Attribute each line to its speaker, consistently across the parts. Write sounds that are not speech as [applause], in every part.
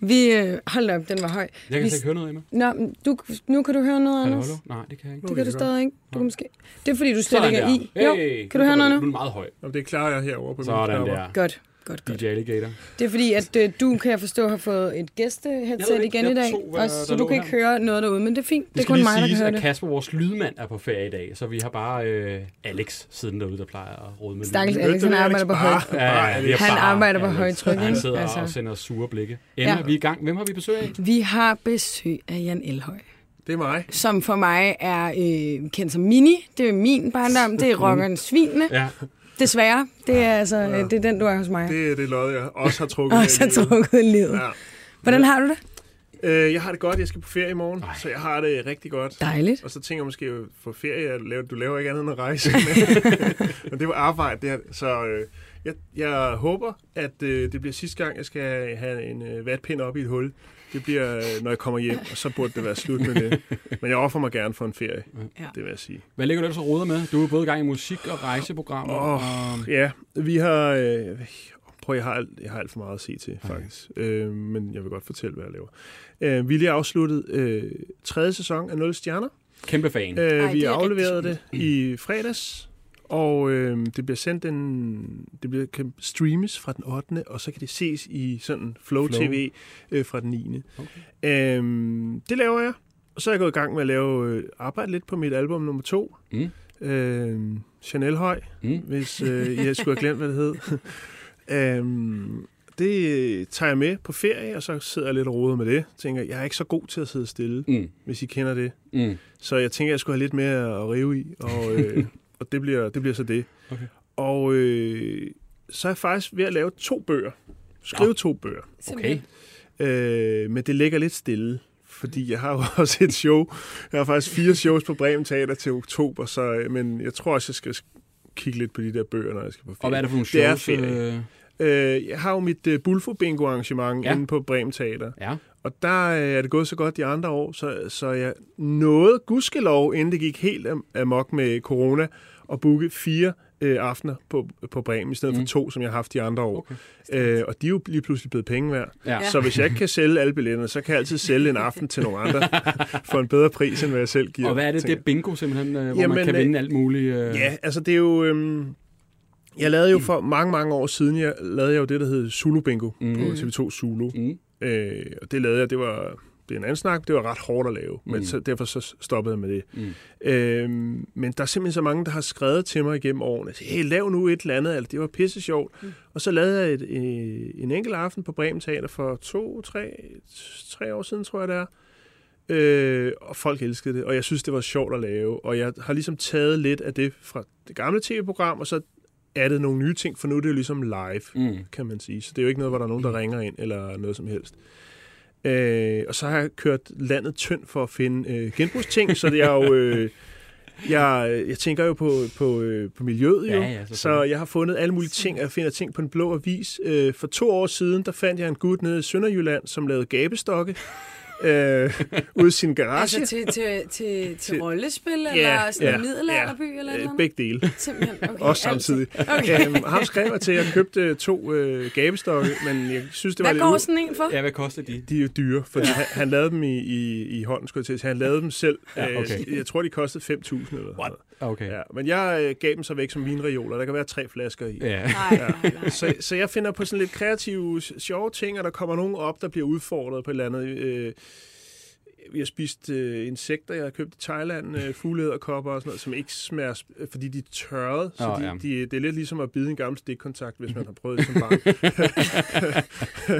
Speaker 1: Vi, øh, hold da op, den var høj.
Speaker 2: Jeg kan
Speaker 1: vi,
Speaker 2: slet ikke høre noget, Emma.
Speaker 1: Nå, men du, nu kan du høre noget,
Speaker 2: Hallo,
Speaker 1: Anders.
Speaker 2: hallo? Nej, det kan jeg ikke.
Speaker 1: Det kan du stadig ikke. Du
Speaker 2: Nå.
Speaker 1: kan måske... Det er fordi, du slet
Speaker 2: Sådan
Speaker 1: ikke er i.
Speaker 2: der. Hey,
Speaker 1: jo, kan du høre noget
Speaker 2: Du
Speaker 1: nu?
Speaker 2: er meget høj.
Speaker 3: Jamen, det klarer jeg herover på min
Speaker 2: Sådan der.
Speaker 1: Godt, godt, godt.
Speaker 2: DJ Alligator.
Speaker 1: Det er fordi, at øh, du, kan jeg forstå, har fået et
Speaker 2: Jeg
Speaker 1: gæsteheadset
Speaker 2: ved ikke,
Speaker 1: igen i
Speaker 2: jeg
Speaker 1: dag,
Speaker 2: tog, hvad
Speaker 1: og,
Speaker 2: der
Speaker 1: så du
Speaker 2: lå
Speaker 1: kan ikke
Speaker 2: her.
Speaker 1: høre noget derude, men det er fint. Det
Speaker 2: Det
Speaker 1: er
Speaker 2: skal
Speaker 1: kun
Speaker 2: lige
Speaker 1: mig, der kan
Speaker 2: siges,
Speaker 1: høre
Speaker 2: at
Speaker 1: det.
Speaker 2: Kasper, vores lydmand, er på ferie i dag, så vi har bare øh, Alex siden derude, der plejer at rode med lyden.
Speaker 1: Stakkels
Speaker 3: Alex,
Speaker 1: Alex, han arbejder på højt.
Speaker 2: Ja, ja, ja, det er
Speaker 1: Han
Speaker 2: bare
Speaker 1: arbejder på
Speaker 2: Alex.
Speaker 1: højtryk,
Speaker 2: Han
Speaker 1: ikke?
Speaker 2: sidder
Speaker 1: Altså.
Speaker 2: og sender sure blikke. Emma,
Speaker 1: Ja.
Speaker 2: vi er i gang. Hvem har vi besøg af?
Speaker 1: Vi har besøg af Jan Elhøj,
Speaker 3: Det er mig.
Speaker 1: som for mig er øh, kendt som Mini. Det er min barndom. Det er rockeren Svinene.
Speaker 2: Ja,
Speaker 1: Desværre. Det er altså øh, det er den, du er hos mig.
Speaker 3: Det er det lod, jeg også har trukket.
Speaker 1: Og så
Speaker 3: ind i.
Speaker 1: trukket i livet.
Speaker 3: Ja.
Speaker 1: Hvordan har du det?
Speaker 3: Øh, jeg har det godt. Jeg skal på ferie i morgen, Ej. så jeg har det rigtig godt.
Speaker 1: Dejligt.
Speaker 3: Og så tænker jeg måske, at for ferie, at lave- du laver ikke andet end at
Speaker 1: [laughs]
Speaker 3: rejse. [laughs] Men det var arbejde, det her. Så øh, jeg, jeg håber, at øh, det bliver sidste gang, jeg skal have en øh, vatpind op i et hul. Det bliver, øh, når jeg kommer hjem, og så burde det være slut med
Speaker 2: [laughs]
Speaker 3: det. Men jeg offer mig gerne for en ferie,
Speaker 1: Ja.
Speaker 3: det vil jeg sige.
Speaker 2: hvad ligger du ellers og roder med? Du er både i gang i musik- og um, rejseprogrammer.
Speaker 3: Åh, ja. Vi har... Øh, prøv, jeg har, alt, jeg har alt for meget at se til, faktisk. Øh, men jeg vil godt fortælle, hvad jeg laver. Øh, vi har lige afsluttet øh, tredje sæson af 0 Stjerner.
Speaker 2: Kæmpe fan.
Speaker 3: Øh,
Speaker 1: Ej,
Speaker 3: vi
Speaker 1: det er
Speaker 3: afleverede
Speaker 1: rigtig
Speaker 3: det i fredags, og øh, det bliver sendt den, det bliver, kan streames fra den 8. og så kan det ses i sådan Flow,
Speaker 2: Flow.
Speaker 3: TV øh, fra den 9.
Speaker 2: Okay.
Speaker 3: Øh, det laver jeg, og så er jeg gået i gang med at lave øh, arbejde lidt på mit album nummer 2.
Speaker 2: Mm.
Speaker 3: Øh, Chanel Høj,
Speaker 2: Mm.
Speaker 3: hvis øh, jeg skulle have glemt, hvad det hed. øhm, det øh, tager jeg med på ferie, og så sidder jeg lidt og roder med det. Tænker, jeg er ikke så god til at sidde stille,
Speaker 2: Mm.
Speaker 3: hvis I kender det.
Speaker 2: Mm.
Speaker 3: Så jeg tænker, jeg skulle have lidt mere at rive i, og,
Speaker 2: [laughs]
Speaker 3: øh, og det, bliver, det bliver så det.
Speaker 2: Okay.
Speaker 3: Og øh, så er jeg faktisk ved at lave to bøger. Skrive
Speaker 2: Nå.
Speaker 3: to bøger.
Speaker 2: Okay.
Speaker 3: Øh, men det ligger lidt stille, fordi jeg har jo [laughs] også et show. Jeg har faktisk fire shows på Bremen Teater til oktober, så, øh, men jeg tror også, jeg skal sk- kigge lidt på de der bøger, når jeg skal på ferie.
Speaker 2: Og hvad er det for nogle
Speaker 3: Det er
Speaker 2: shows?
Speaker 3: ferie.
Speaker 2: øh,
Speaker 3: Øh, jeg har jo mit øh, Bulfo Bingo arrangement
Speaker 2: Ja.
Speaker 3: ja. inde på Bremen Teater,
Speaker 2: Ja.
Speaker 3: og der øh, er det gået så godt de andre år, så, så jeg nåede gudskelov, inden det gik helt am- amok med corona, at booke fire øh, aftener på, på Bremen, i stedet mm.
Speaker 2: Mm.
Speaker 3: for to, som jeg har haft de andre år.
Speaker 2: Okay.
Speaker 3: Øh, og de er jo lige pludselig blevet penge værd.
Speaker 2: Ja.
Speaker 1: Ja.
Speaker 3: Så hvis jeg ikke kan sælge alle billetterne, så kan jeg altid sælge en aften til nogle
Speaker 2: [laughs]
Speaker 3: andre for en bedre pris, end hvad jeg selv giver.
Speaker 2: Og hvad er det, det
Speaker 3: tænker
Speaker 2: er bingo simpelthen, øh, hvor
Speaker 3: Jamen,
Speaker 2: man kan
Speaker 3: øh,
Speaker 2: vinde alt muligt?
Speaker 3: jeg.
Speaker 2: Øh,
Speaker 3: Ja, altså det er jo... Øhm, jeg lavede jo for mange, mange år siden, jeg lavede jeg jo det, der hed Zulu Bingo mm.
Speaker 2: Mm.
Speaker 3: på TV2 Zulu.
Speaker 2: Mm.
Speaker 3: Øh, og det lavede jeg, det var... Det er en anden snak, det var ret hårdt at lave, men
Speaker 2: Mm.
Speaker 3: så, derfor så stoppede jeg med det.
Speaker 2: Mm.
Speaker 3: Øhm, men der er simpelthen så mange, der har skrevet til mig igennem årene, hey, lav nu et eller andet, eller det var pisse sjovt. Mm. Og så lavede jeg et, øh, en enkelt aften på Bremen Teater for to, tre, tre år siden, tror jeg det er. Øh, og folk elskede det, og jeg synes, det var sjovt at lave. Og jeg har ligesom taget lidt af det fra det gamle tv-program, og så addet nogle nye ting, for nu er det jo ligesom live
Speaker 2: Mm.
Speaker 3: kan man sige. Så det er jo ikke noget, hvor der er nogen, der ringer ind eller noget som helst. Øh, og så har jeg kørt landet tynd for at finde øh, genbrugsting, så det er jo...
Speaker 2: [laughs]
Speaker 3: Øh, jeg, jeg tænker jo på, på, øh, på miljøet, jo.
Speaker 2: Ja, ja,
Speaker 3: så
Speaker 2: selvfølgelig.
Speaker 3: jeg har fundet alle mulige ting, og jeg finder ting på en blå avis. Øh, for to år siden, der fandt jeg en gut nede i Sønderjylland, som lavede gabestokke
Speaker 2: [laughs]
Speaker 3: øh, ude i sin garage.
Speaker 1: Altså til, til, til, til
Speaker 3: Til-
Speaker 1: rollespil,
Speaker 3: Ja,
Speaker 1: eller sådan en
Speaker 3: ja, Øh,
Speaker 1: middelalderby, eller et eller andet?
Speaker 3: Begge dele.
Speaker 1: [laughs] Simpelthen. Okay,
Speaker 3: [laughs] Også
Speaker 1: alt.
Speaker 3: samtidig.
Speaker 1: Okay.
Speaker 3: Øhm, ham skrev jeg til, at jeg købte to øh, gabestokke, men jeg synes, det var
Speaker 1: Hvad
Speaker 3: lidt...
Speaker 1: går
Speaker 3: ud-
Speaker 1: sådan en for?
Speaker 2: Ja, hvad koster de?
Speaker 3: De er jo dyre, for han, han lavede dem i, i, i hånden, skulle jeg til at sige. Han lavede dem selv.
Speaker 2: Ja,
Speaker 3: Øh,
Speaker 2: okay.
Speaker 3: Jeg tror, de kostede 5.000 eller sådan noget.
Speaker 2: Ah, Okay.
Speaker 3: Ja, men jeg øh, gav dem så væk som vinreoler. Der kan være tre flasker i.
Speaker 2: Ja.
Speaker 1: Nej, nej, nej.
Speaker 3: Så, så jeg finder på sådan lidt kreative, s- sjove ting, og der kommer nogen op, der bliver udfordret på et eller andet. Øh, vi har spist øh, insekter, jeg har købt i Thailand, øh, fuglederkopper og sådan noget, som ikke smager, sp- øh, fordi de er tørrede. Så
Speaker 2: Nå,
Speaker 3: de,
Speaker 2: ja.
Speaker 3: de, det er lidt ligesom at bide en gammel stikkontakt, hvis man har prøvet det som barn.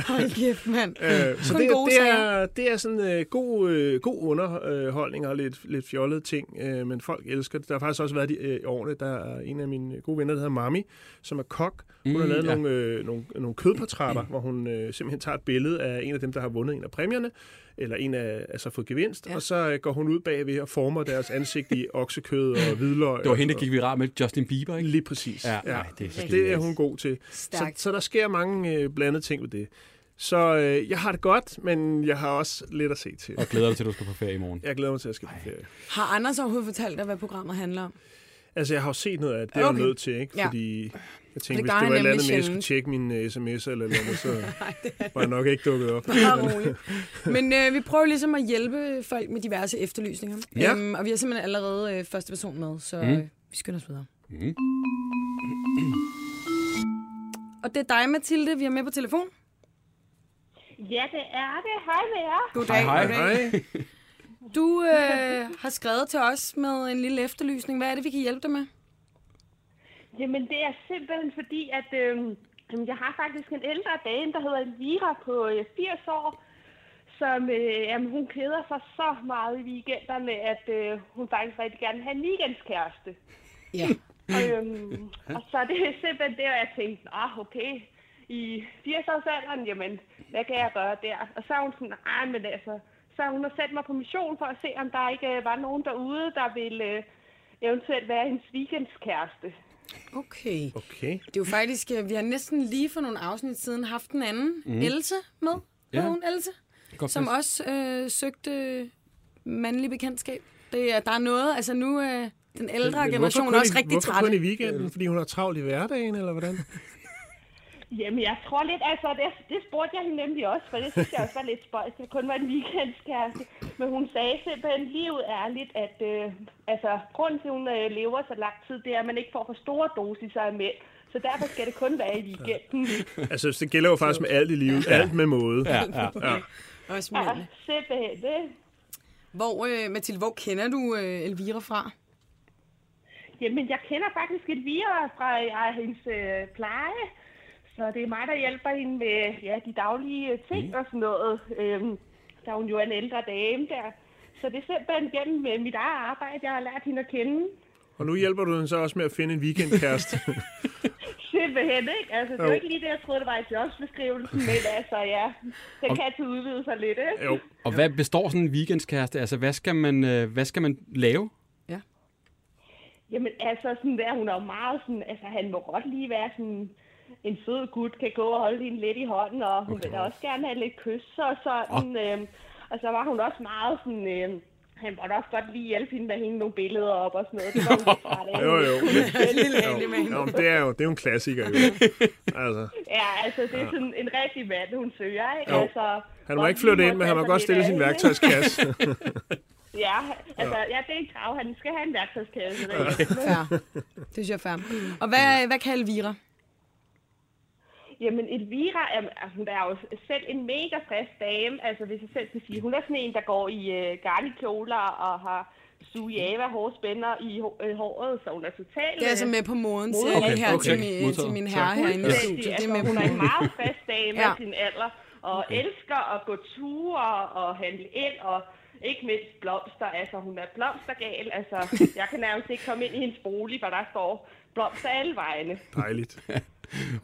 Speaker 1: Hold kæft, mand.
Speaker 2: Hmm,
Speaker 3: Øh, så
Speaker 1: Kun
Speaker 3: det,
Speaker 1: gode
Speaker 3: det,
Speaker 1: sager.
Speaker 3: er, det er sådan øh, god, øh, god underholdning og lidt, lidt fjollede ting, øh, men folk elsker det. Der har faktisk også været de, øh, i årene, der er en af mine gode venner, der hedder Mami, som er kok. Hun har
Speaker 2: Mm,
Speaker 3: lavet
Speaker 2: ja.
Speaker 3: nogle, øh, nogle, nogle kødportrætter, hvor hun øh, simpelthen tager et billede af en af dem, der har vundet en af præmierne, eller en af, altså fået gevinst,
Speaker 1: Ja.
Speaker 3: ja. og så øh, går hun ud bagved og former deres ansigt i oksekød og hvidløg.
Speaker 2: Det var
Speaker 3: og
Speaker 2: hende, der
Speaker 3: sådan
Speaker 2: gik viral med Justin Bieber,
Speaker 3: noget.
Speaker 2: ikke?
Speaker 3: Lige præcis.
Speaker 2: Ja, ja. Ej, det er så
Speaker 1: Det
Speaker 3: Det er
Speaker 2: genialt.
Speaker 3: hun god til. Så,
Speaker 1: Stærkt.
Speaker 3: så der sker mange øh, blandede ting ved det. Så øh, jeg har det godt, men jeg har også lidt at se til.
Speaker 2: Og glæder dig til, at du skal på ferie i morgen.
Speaker 3: Jeg glæder mig til, at jeg skal på ferie.
Speaker 1: Har Anders overhovedet fortalt dig, hvad programmet handler om?
Speaker 3: Altså, jeg har jo set noget af det, det er
Speaker 1: Okay.
Speaker 3: okay. nødt til, ikke?
Speaker 1: Ja.
Speaker 3: Fordi jeg tænkte,
Speaker 1: gør
Speaker 3: hvis det
Speaker 1: han
Speaker 3: var et eller
Speaker 1: nemlig
Speaker 3: andet med, at jeg skulle
Speaker 1: sjældent.
Speaker 3: tjekke mine uh, sms'er eller noget,
Speaker 1: [laughs]
Speaker 3: så var jeg nok ikke dukket op.
Speaker 1: Bare roligt. Men øh, vi prøver ligesom at hjælpe folk med diverse efterlysninger.
Speaker 3: Ja. Mhm.
Speaker 1: Øhm, og vi har simpelthen allerede øh, første person med, så
Speaker 2: Mm.
Speaker 1: mm. øh, vi skynder os videre.
Speaker 2: Mm.
Speaker 1: Og det er dig, Mathilde, vi er med på telefon.
Speaker 4: Ja, det er det. Hej med jer.
Speaker 1: Goddag.
Speaker 2: Hej, hej.
Speaker 3: Hej.
Speaker 1: Du øh, har skrevet til os med en lille efterlysning. Hvad er det, vi kan hjælpe dig med?
Speaker 4: Jamen, det er simpelthen fordi, at øhm, jamen, jeg har faktisk en ældre dame, der hedder Lira på øh, 80 år, som øh, jamen, hun keder sig så meget i weekenderne, at øh, hun faktisk rigtig gerne vil have en weekendskæreste.
Speaker 1: Ja.
Speaker 4: Og, øhm, og så er det [laughs] simpelthen der, jeg tænkte, ah, okay, i 80-årsalderen, jamen, hvad kan jeg gøre der? Og så er hun sådan, nej, men altså, så hun har sendt mig på mission for at se, om der ikke øh, var nogen derude, der ville øh, eventuelt være hendes weekendskæreste.
Speaker 1: Okay.
Speaker 3: Okay.
Speaker 1: Det er jo faktisk, øh, vi har næsten lige for nogle afsnit siden haft en anden,
Speaker 3: Mhm.
Speaker 1: mm. Else, med. Ja.
Speaker 2: Ja.
Speaker 1: Hun, Else,
Speaker 2: Godt
Speaker 1: som
Speaker 2: fest.
Speaker 1: også øh, søgte mandlig bekendtskab. Det, er- der er noget, altså nu øh, den ældre
Speaker 3: Men
Speaker 1: generation
Speaker 3: hvorfor
Speaker 1: er
Speaker 3: kun
Speaker 1: også
Speaker 3: i,
Speaker 1: rigtig
Speaker 3: hvorfor
Speaker 1: træt.
Speaker 3: kun i weekenden? Fordi hun har travlt i hverdagen, eller hvordan?
Speaker 4: Jamen, jeg tror lidt, altså, det, det spurgte jeg hende nemlig også, for det synes jeg også var lidt spøjs. Det kun var en weekendskæreste. Men hun sagde simpelthen lige ud ærligt, at øh, altså, grunden til, at hun øh, lever så lang tid, det er, at man ikke får for store dosiser af mænd. Så derfor skal det kun være i weekenden.
Speaker 3: Altså, det gælder jo faktisk med alt i livet. Alt med måde. Ja.
Speaker 1: Også
Speaker 4: Ja,
Speaker 1: mændene.
Speaker 4: simpelthen. Det.
Speaker 1: Hvor, øh, Mathilde, hvor kender du øh, Elvira fra?
Speaker 4: Jamen, jeg kender faktisk Elvira fra øh, hendes øh, pleje. Så det er mig, der hjælper hende med ja, de daglige øh, ting og sådan noget. Øhm, der er hun jo en ældre dame der. Så det er simpelthen gennem øh, mit eget arbejde, jeg har lært hende at kende.
Speaker 3: Og nu hjælper du hende så også med at finde en weekendkæreste.
Speaker 4: Simpelthen, ikke? Altså, det er
Speaker 3: Jo.
Speaker 4: jo ikke lige det, jeg troede, det var i jobsbeskrivelsen, men altså, ja. Den kan altid udvide sig lidt, ikke?
Speaker 3: jo.
Speaker 2: Og hvad består sådan en weekendskæreste? Altså, hvad skal man, øh, hvad skal man lave?
Speaker 4: Jamen altså, sådan der, hun er jo meget sådan, altså han må godt lige være sådan en sød gut, kan gå og holde hende lidt i hånden, og hun okay. vil da også gerne have lidt kys og sådan.
Speaker 3: Ah.
Speaker 4: Oh. Øhm, og så var hun også meget sådan, øhm, han måtte også godt lige hjælpe hende med at hænge nogle billeder op og sådan noget. Det var hun lidt træt af.
Speaker 3: [laughs] Jo, jo.
Speaker 1: Lille Ane med
Speaker 3: jo.
Speaker 1: hende.
Speaker 3: jo men det er jo det er jo en klassiker, jo. Altså,
Speaker 4: Ja, altså det er sådan en rigtig mand, hun søger, ikke?
Speaker 3: Jo.
Speaker 4: Altså,
Speaker 3: han må
Speaker 4: hvor
Speaker 3: ikke flytte
Speaker 4: lige
Speaker 3: ind, men han må
Speaker 4: tage sig
Speaker 3: godt
Speaker 4: lidt
Speaker 3: stille
Speaker 4: af
Speaker 3: sin
Speaker 4: hende, ikke?
Speaker 3: værktøjskasse.
Speaker 4: Ja, altså, ja, det er et krav. Han skal have en
Speaker 3: [laughs]
Speaker 4: værktøjskasse. ikke?
Speaker 1: [laughs] Færre. Det synes jeg er fair. Og hvad, hvad kan Elvira?
Speaker 4: Jamen, Elvira er, er- hun er jo selv en mega frisk dame, altså hvis jeg selv skal sige. Hun er sådan en, der går i øh, garnikjoler og har sujava hårspænder i hå- øh, håret, så hun er totalt...
Speaker 1: Det er altså med på moden til,
Speaker 4: Moden.
Speaker 1: okay, her
Speaker 2: Okay,
Speaker 1: til, min,
Speaker 2: modtaget.
Speaker 1: til min herre
Speaker 4: øh,
Speaker 1: herinde i
Speaker 4: fuldstændig.
Speaker 1: studiet. Det
Speaker 4: altså,
Speaker 1: er med
Speaker 4: hun er
Speaker 1: på
Speaker 4: en meget frisk dame
Speaker 1: Ja.
Speaker 4: ja. i sin alder, og okay. elsker at gå ture og handle ind, og ikke mindst blomster. Altså, hun er blomstergal. Altså, jeg kan nærmest ikke komme ind i hendes bolig, hvor der står blomster alle vegne.
Speaker 3: Dejligt.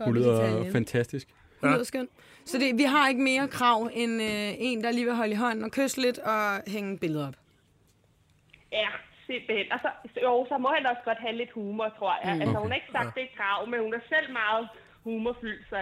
Speaker 2: Hun lyder fantastisk.
Speaker 1: Hun lyder skøn. Så det, vi har ikke mere krav end øh, en, der lige vil holde i hånden og kysse lidt og hænge billeder op.
Speaker 4: Ja, simpelthen. Og så, jo, så må han også godt have lidt humor, tror jeg. Mm. Altså, hun har ikke sagt, det er et krav, men hun er selv meget humorfyldt, så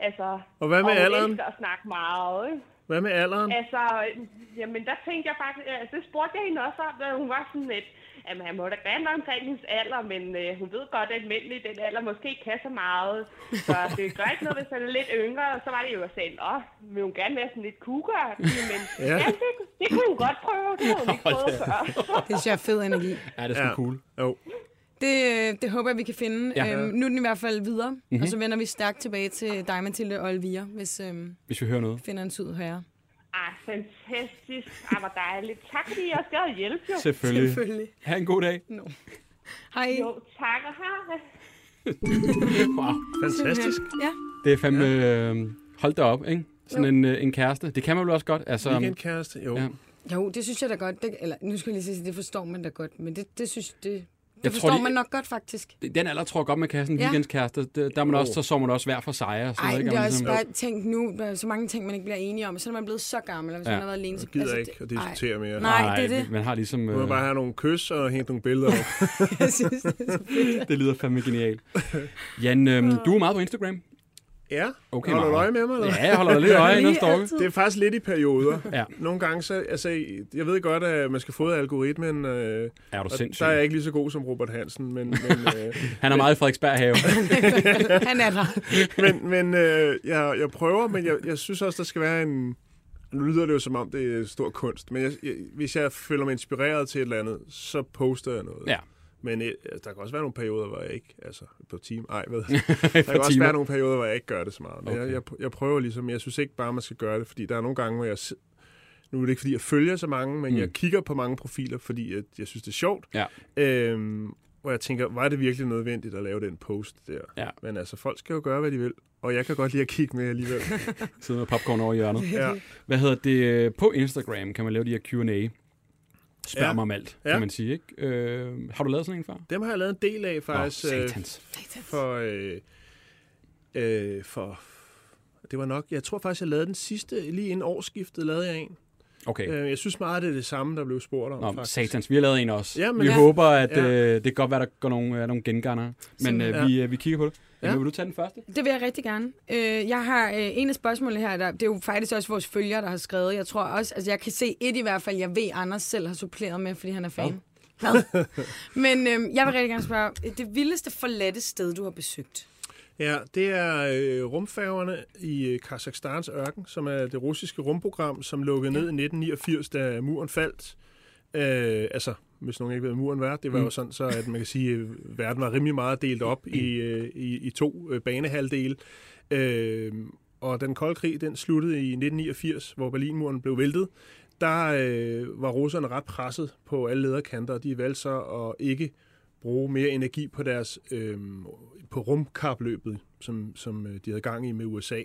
Speaker 4: altså...
Speaker 3: Og hvad med
Speaker 4: hun
Speaker 3: alderen?
Speaker 4: elsker at snakke meget, ikke?
Speaker 3: Hvad med alderen?
Speaker 4: Altså, øh, jamen, der tænkte jeg faktisk... Altså, det spurgte jeg hende også om, da hun var sådan lidt... Jamen, han må da gerne være omkring hendes alder, men øh, hun ved godt, at mænd i den alder måske ikke kan så meget. Så
Speaker 3: [laughs]
Speaker 4: det gør ikke noget, hvis han er lidt yngre. Og så var det jo, at jeg sagde, åh, vil hun gerne være sådan lidt kugger? Men
Speaker 3: Ja.
Speaker 4: ja. ja det, det kunne hun godt prøve. Det har hun ikke prøvet før.
Speaker 1: Det synes jeg er fed energi.
Speaker 2: Ja, det er sgu
Speaker 3: Ja.
Speaker 2: cool.
Speaker 3: Jo.
Speaker 1: Det, øh, det håber jeg, vi kan finde. Ja.
Speaker 2: Ja. Mhm.
Speaker 1: Øhm, nu er den i hvert fald videre, mm-hmm. og så vender vi stærkt tilbage til dig, Mathilde og Elvira, hvis øhm,
Speaker 3: [laughs]
Speaker 2: Hvis vi hører noget.
Speaker 1: finder en syd herre.
Speaker 4: Ah, fantastisk. Ah, hvor dejligt. Tak, fordi jeg skal hjælpe, jo.
Speaker 2: Selvfølgelig.
Speaker 1: Selvfølgelig.
Speaker 2: Ha' en god dag.
Speaker 1: Hej.
Speaker 4: Jo, tak og hej.
Speaker 2: Wow.
Speaker 3: Fantastisk.
Speaker 1: Ja.
Speaker 2: Det er fandme... Øh, hold da op, ikke? Sådan en, øh, en kæreste. Det kan man vel også godt. Altså,
Speaker 3: Weekendkæreste, jo.
Speaker 2: Ja.
Speaker 3: Ja.
Speaker 1: Jo, det synes jeg da godt. Det, eller, nu skal jeg lige sige, det forstår man da godt. Men det, det synes det, det
Speaker 2: Jeg tror,
Speaker 1: forstår
Speaker 2: de-
Speaker 1: man nok godt, faktisk.
Speaker 2: den alder tror jeg godt, man kan have sådan en
Speaker 1: Ja.
Speaker 2: ja. weekendskæreste. Det- Der er man også, så så man også hver for sig. Og sådan
Speaker 1: Ej,
Speaker 2: noget,
Speaker 1: men det
Speaker 2: ikke? ligesom-
Speaker 1: er
Speaker 2: Og man
Speaker 1: også
Speaker 2: sådan-
Speaker 1: bare tænkt nu, der er så mange ting, man ikke bliver enige om. Så er man blevet så gammel, og hvis
Speaker 2: Ja.
Speaker 1: ja. man har været alene.
Speaker 3: Jeg
Speaker 1: så-
Speaker 3: gider altså,
Speaker 1: altså,
Speaker 3: ikke at diskutere mere.
Speaker 1: Nej. det er
Speaker 2: Ej,
Speaker 1: det.
Speaker 2: Man har ligesom...
Speaker 3: Nu må jeg
Speaker 2: Øh,
Speaker 3: bare have nogle kys og hente nogle billeder
Speaker 2: [laughs]
Speaker 3: op.
Speaker 1: Ej, jeg synes, det er så fedt.
Speaker 2: det lyder fandme genialt. Jan, øh, du er meget på Instagram.
Speaker 3: Ja,
Speaker 2: Okay,
Speaker 3: holder du
Speaker 2: meget.
Speaker 3: øje med mig? Eller?
Speaker 2: Ja, jeg holder dig lidt
Speaker 1: [laughs]
Speaker 2: øje ind og
Speaker 1: Lige
Speaker 2: stalker.
Speaker 3: [laughs]
Speaker 1: altid.
Speaker 3: Det er faktisk lidt i perioder.
Speaker 2: Ja.
Speaker 3: Nogle gange, så, altså, jeg ved godt, at man skal fodre algoritmen, øh,
Speaker 2: Er du
Speaker 3: og
Speaker 2: sindssyg?
Speaker 3: der er jeg ikke lige så god som Robert Hansen, men,
Speaker 2: [laughs]
Speaker 3: men, øh,
Speaker 2: Han er meget i Frederiksberg
Speaker 3: [laughs]
Speaker 2: have.
Speaker 1: Han er der. [laughs]
Speaker 3: men, men øh, jeg, jeg prøver, men jeg, jeg synes også, der skal være en... Nu lyder det jo, som om det er stor kunst, men jeg, jeg, hvis jeg føler mig inspireret til et eller andet, så poster jeg noget.
Speaker 2: Ja.
Speaker 3: Men øh, der kan også være nogle perioder, hvor jeg ikke... Altså, på time... Ej,
Speaker 2: [laughs]
Speaker 3: hvad? Der kan også
Speaker 2: timer.
Speaker 3: være nogle perioder, hvor jeg ikke gør det så meget. Men okay.
Speaker 2: Okay.
Speaker 3: jeg, jeg, jeg prøver ligesom... Jeg synes ikke bare, man skal gøre det, fordi der er nogle gange, hvor jeg... sid- Nu er det ikke, fordi jeg følger så mange, men
Speaker 2: Mm.
Speaker 3: mm. jeg kigger på mange profiler, fordi jeg, jeg synes, det er sjovt.
Speaker 2: Ja.
Speaker 3: Øhm, hvor jeg tænker, var det virkelig nødvendigt at lave den post der?
Speaker 2: Ja.
Speaker 3: Men altså, folk skal jo gøre, hvad de vil. Og jeg kan godt lide at kigge med alligevel.
Speaker 2: Sidder med popcorn over i hjørnet.
Speaker 3: Ja.
Speaker 2: Hvad hedder det? øh, På Instagram kan man lave de her Q&A. Spørg ja.
Speaker 3: Ja.
Speaker 2: mig om alt, kan
Speaker 3: Ja.
Speaker 2: man sige. Ikke? Øh, har du lavet sådan en før?
Speaker 3: Dem har jeg lavet en del af
Speaker 2: Åh,
Speaker 3: faktisk. øh,
Speaker 2: satans.
Speaker 3: for, øh, øh, for det var nok, jeg tror faktisk, jeg lavede den sidste, lige inden årsskiftet lavede jeg en.
Speaker 2: Okay.
Speaker 3: Øh, Jeg synes meget, det er det samme, der blev spurgt om,
Speaker 2: Nå,
Speaker 3: faktisk.
Speaker 2: satans, vi har lavet en også.
Speaker 3: Ja, men-
Speaker 2: vi
Speaker 3: Ja.
Speaker 2: håber, at
Speaker 3: Ja.
Speaker 2: øh, det kan godt være, der går nogle, øh, nogle genganger. Men øh, vi, øh, vi kigger på det. Ja.
Speaker 3: Ja.
Speaker 2: vil du tage den første?
Speaker 1: Det vil jeg rigtig gerne. Øh, jeg har øh, en af spørgsmålene her, der, det er jo faktisk også vores følgere, der har skrevet. Jeg tror også, altså jeg kan se et i hvert fald, jeg ved, Anders selv har suppleret med, fordi han er fan. Hvad? [laughs] Men øh, jeg vil rigtig gerne spørge, øh, det vildeste forladte sted, du har besøgt?
Speaker 3: Ja, det er øh, rumfærgerne i øh, Kazakhstans ørken, som er det russiske rumprogram, som lukkede ned i 1989, da muren faldt. Øh, altså, hvis nogen ikke ved, hvad muren var, det var jo sådan, så at man kan sige, at verden var rimelig meget delt op i, øh, i, i to øh, banehalvdele. Øh, og den kolde krig, den sluttede i 1989, hvor Berlinmuren blev væltet. Der øh, var russerne ret presset på alle lederkanter, og de valgte så at ikke bruge mere energi på deres øh, på rumkapløbet, som, som øh, de havde gang i med USA.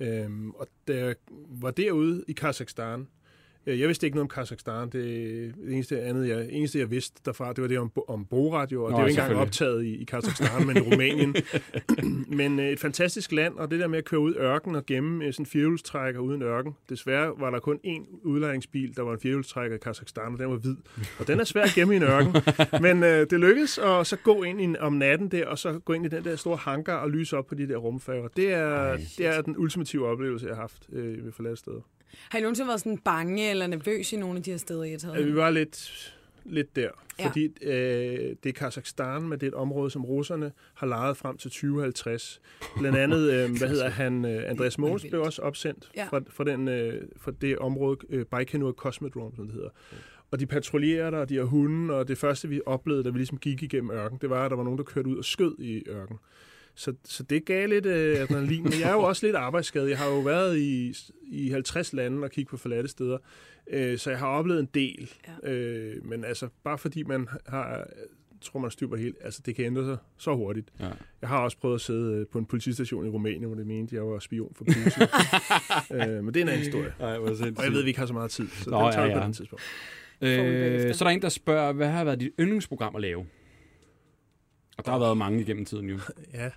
Speaker 3: Øhm, og da jeg var derude i Kazakhstan, øh, jeg vidste ikke noget om Kazakhstan, det, det eneste, andet, jeg, eneste jeg vidste derfra, det var det om, Bo- om Borat jo, og Nå,
Speaker 2: Nå,
Speaker 3: det er jo ikke engang
Speaker 2: selvfølgelig.
Speaker 3: optaget i, i Kazakhstan, men i Rumænien. men øh, et fantastisk land, og det der med at køre ud i ørken og gemme øh, sådan en firehjulstrækker uden ørken. Desværre var der kun én udlejningsbil, der var en firehjulstrækker i Kazakhstan, og den var hvid. Og den er svær at gemme i en ørken. Men øh, det lykkedes, og så gå ind i, en- om natten der, og så gå ind i den der store hangar og lyse op på de der rumfærger. Det er, det er den ultimative oplevelse, jeg har haft øh, ved forladt steder.
Speaker 1: Har I nogensinde været sådan bange eller nervøs i nogle af de her steder, I har taget?
Speaker 3: Øh, Vi var lidt, lidt der,
Speaker 1: Ja.
Speaker 3: fordi øh, det er Kazakhstan, men det er et område, som russerne har lejet frem til 2050. Blandt andet, øh, hvad hedder han, øh, Andreas Mogens blev også opsendt
Speaker 1: Ja.
Speaker 3: fra, fra, den, øh, fra det område, øh, Baikonur Cosmodrome, som det hedder. Og de patruljerer der, og de har hunde, og det første, vi oplevede, da vi ligesom gik igennem ørken, det var, at der var nogen, der kørte ud og skød i ørken. Så, så det gav lidt øh, adrenalin, men jeg er jo også lidt arbejdsskadet. Jeg har jo været i, i 50 lande og kigget på forladte steder, øh, så jeg har oplevet en del. Ja. Øh, men altså, bare fordi man har, tror man har styr på det hele, altså det kan ændre sig så hurtigt.
Speaker 2: Ja.
Speaker 3: Jeg har også prøvet at sidde øh, på en politistation i Rumænien, hvor det mente, jeg var spion for Putin. øh, men det er en anden historie. [laughs]
Speaker 2: Ej, hvor sindssygt.
Speaker 3: Og jeg ved, vi ikke har så meget tid, så
Speaker 2: Nå,
Speaker 3: Nå, den tager
Speaker 2: ja,
Speaker 3: vi på
Speaker 2: ja.
Speaker 3: et andet tidspunkt.
Speaker 2: Øh, så er der en, der spørger, hvad har været dit yndlingsprogram at lave? Og der har været mange igennem tiden jo.
Speaker 3: Ja.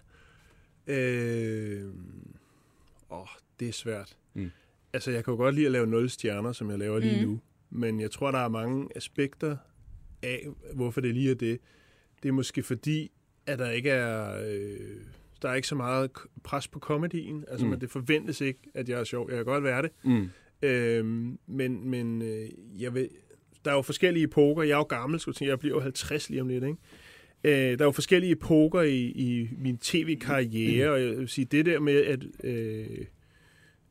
Speaker 3: Øh... Åh, det er svært.
Speaker 2: Mm.
Speaker 3: Mm. Altså, jeg kan jo godt lide at lave nul stjerner, som jeg laver lige mm. nu. Men jeg tror, der er mange aspekter af, hvorfor det lige er det. Det er måske fordi, at der ikke er... Øh, der er ikke så meget k- pres på komedien. Altså,
Speaker 2: Mm.
Speaker 3: mm. men det forventes ikke, at jeg er sjov. Jeg kan godt være det.
Speaker 2: Mm.
Speaker 3: Øhm, men men øh, jeg ved, der er jo forskellige epoker. Jeg er jo gammel, skulle jeg sige. Jeg bliver jo 50 lige om lidt, ikke? Øh, der er jo forskellige epoker i, i min tv-karriere, og jeg vil sige, det der med, at, øh,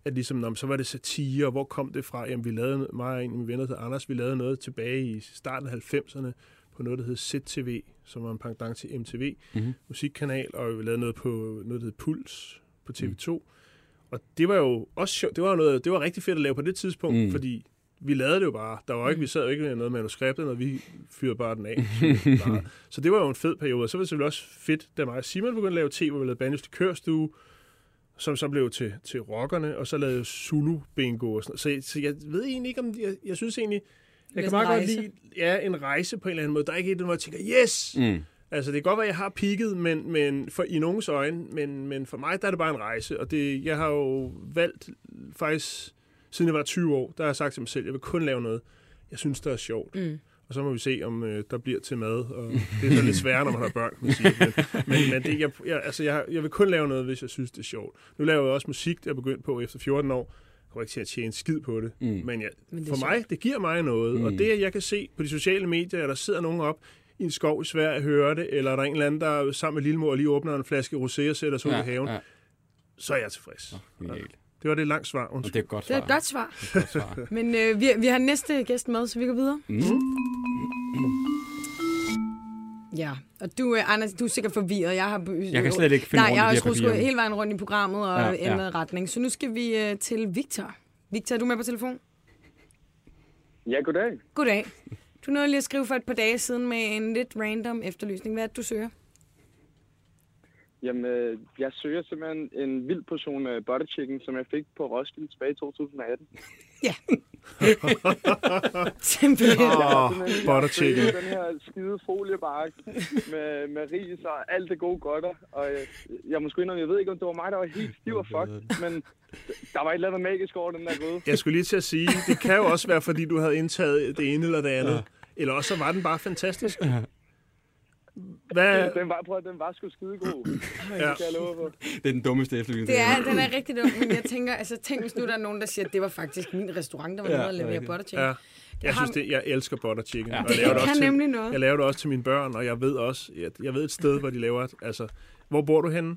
Speaker 3: at ligesom, nå, men så var det satire, og hvor kom det fra? Jamen, vi lavede, mig og en af mine venner hed Anders, vi lavede noget tilbage i starten af 90'erne på noget, der hed ZTV, som var en pendant til MTV,
Speaker 2: Mhm.
Speaker 3: musikkanal, og vi lavede noget på noget, der hed Puls på TV2. Og det var jo også sjovt. Det var, jo noget, det var rigtig fedt at lave på det tidspunkt, mm. fordi vi lavede det jo bare. Der var jo ikke, vi sad jo ikke med noget manuskript, når vi fyrede bare den af. Bare. så det var jo en fed periode. Og så var det selvfølgelig også fedt, da mig og Simon begyndte at lave tv, hvor vi lavede Banjos til Kørstue, som så blev til, til rockerne, og så lavede Zulu Bingo og sådan noget. Så, så jeg ved egentlig ikke, om... Jeg, jeg synes egentlig... Jeg
Speaker 1: Lidt
Speaker 3: kan meget godt
Speaker 1: rejse.
Speaker 3: lide ja, en rejse på en eller anden måde. Der er ikke et, hvor jeg tænker, yes!
Speaker 2: Mm.
Speaker 3: Altså, det kan godt være, at jeg har pigget men, men for, i nogens øjne, men, men for mig, der er det bare en rejse. Og det, jeg har jo valgt faktisk, siden jeg var 20 år, der har jeg sagt til mig selv, at jeg vil kun lave noget, jeg synes, der er sjovt. Mm. Og så må vi se, om øh, der bliver til mad. Og det er så lidt sværere, når man har børn, kan man sige. Men, men, men det, jeg, jeg, altså, jeg, har- jeg vil kun lave noget, hvis jeg synes, det er sjovt. Nu laver jeg også musik, der er begyndt på efter 14 år. Jeg kommer ikke til at tjene en skid på det. Mm. Men, jeg,
Speaker 1: Men
Speaker 3: men
Speaker 1: det er
Speaker 3: for mig, det giver mig noget. Mm. Og det, at jeg kan se på de sociale medier, at der sidder nogen op i en skov i Sverige og hører det, eller er der en eller anden, der sammen med lillemor lige åbner en flaske rosé og sætter sig ja, ud i haven, ja. så er jeg tilfreds.
Speaker 2: Genialt.
Speaker 3: Det var det langt svar.
Speaker 2: Og
Speaker 3: Undskyld.
Speaker 2: det er et godt
Speaker 1: Det
Speaker 2: svar.
Speaker 1: er et godt svar.
Speaker 2: svar.
Speaker 1: [laughs] Men øh, vi, vi har næste gæst med, så vi går videre. Mm. Ja, og du, øh, Anders, du er sikkert forvirret. Jeg, har,
Speaker 2: Jeg kan slet ikke finde
Speaker 1: Nej,
Speaker 2: rundt i
Speaker 1: jeg
Speaker 2: de
Speaker 1: har
Speaker 2: her
Speaker 1: skrusket
Speaker 2: papirer.
Speaker 1: hele vejen rundt i programmet og
Speaker 2: Ja,
Speaker 1: ja,
Speaker 2: ja.
Speaker 1: ændret retning. Så nu skal vi øh, til Victor. Victor, er du med på telefon?
Speaker 5: Ja, goddag.
Speaker 1: Goddag. Du nåede lige at skrive for et par dage siden med en lidt random efterlysning. Hvad er det, du søger? [laughs]
Speaker 5: Jamen, øh, jeg søger simpelthen en vild portion øh, butter chicken, som jeg fik på Roskilde tilbage i 2018.
Speaker 1: Ja. Simpelthen.
Speaker 3: Åh,
Speaker 5: Simpelthen, jeg
Speaker 3: butter
Speaker 5: søger
Speaker 3: chicken.
Speaker 5: Den her skide foliebark med, med ris og alt det gode godter. Og jeg, jeg må sgu indrømme, jeg ved ikke, om det var mig, der var helt stiv og fucked, men der var et eller andet magisk over den der gryde.
Speaker 3: Jeg skulle lige til at sige, det kan jo også være, fordi du havde indtaget det ene eller det andet. Ja. Eller også så var den bare fantastisk. Hvad?
Speaker 5: Den var, prøv, at- den var sgu skide god.
Speaker 3: Ja.
Speaker 5: Det kan jeg love for.
Speaker 2: Det er den dummeste efterlysning.
Speaker 1: Det er, den er rigtig dum, men jeg tænker, altså tænk hvis nu der er nogen, der siger, at det var faktisk min restaurant, der var ja, nede og levere butter chicken.
Speaker 3: Ja. Jeg synes, det, jeg elsker butter chicken. Ja. Og
Speaker 2: Det
Speaker 3: jeg laver
Speaker 1: kan
Speaker 3: til,
Speaker 1: nemlig noget.
Speaker 3: Jeg laver det også til mine børn, og jeg ved også, jeg, jeg ved et sted, hvor de laver det. Altså, hvor bor du henne?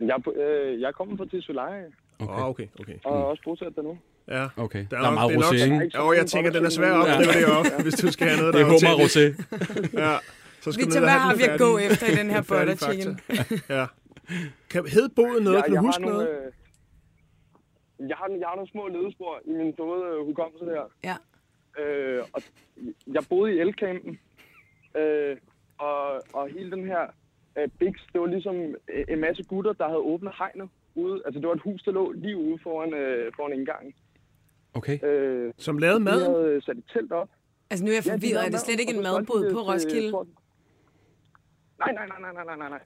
Speaker 5: Jeg, er på- øh, jeg kommer fra Tisvilleje,
Speaker 3: Åh, okay. Oh, okay, okay.
Speaker 5: og er også bosat der nu.
Speaker 3: Ja.
Speaker 2: Okay.
Speaker 3: Der
Speaker 2: Der er,
Speaker 3: er
Speaker 2: der
Speaker 3: nok-
Speaker 2: er meget
Speaker 3: det er nok-
Speaker 2: rosé, ikke?
Speaker 5: ikke så
Speaker 3: Og jeg
Speaker 5: mange
Speaker 3: tænker, den er svær at
Speaker 5: butter chicken.
Speaker 3: opdrive det op, hvis du skal have noget, der
Speaker 2: Det er hummer og
Speaker 3: autentisk.
Speaker 2: rosé.
Speaker 3: Ja. Så skal du ned og
Speaker 1: Victor, hvad
Speaker 3: have
Speaker 1: har
Speaker 3: den
Speaker 1: vi at
Speaker 3: færdige-
Speaker 1: gå efter i den her
Speaker 3: den [laughs] færdige
Speaker 1: butter chicken?
Speaker 3: fakta. Ja. Kan, hed boet noget? kan du huske noget?
Speaker 5: øh, jeg, har, jeg har nogle små ledespor i min fede øh, hukommelse der.
Speaker 1: Ja.
Speaker 5: Øh, og jeg boede i elkampen, øh, og, og hele den her øh, Bix, det var ligesom øh, en masse gutter, der havde åbnet hegnet ude. Altså, det var et hus, der lå lige ude foran, øh, foran indgangen.
Speaker 2: Okay.
Speaker 5: Øh,
Speaker 3: Som lavede
Speaker 5: de
Speaker 3: mad?
Speaker 5: havde øh, sat et telt op.
Speaker 1: Altså nu er jeg
Speaker 5: de
Speaker 1: forvirret.
Speaker 5: lavede
Speaker 1: Er det
Speaker 5: mad,
Speaker 1: slet ikke
Speaker 5: og
Speaker 1: en
Speaker 5: så solgte
Speaker 1: madbod
Speaker 5: de
Speaker 1: på
Speaker 5: det til-
Speaker 1: Roskilde?
Speaker 5: Nej, nej, nej, nej, nej, nej, nej, nej.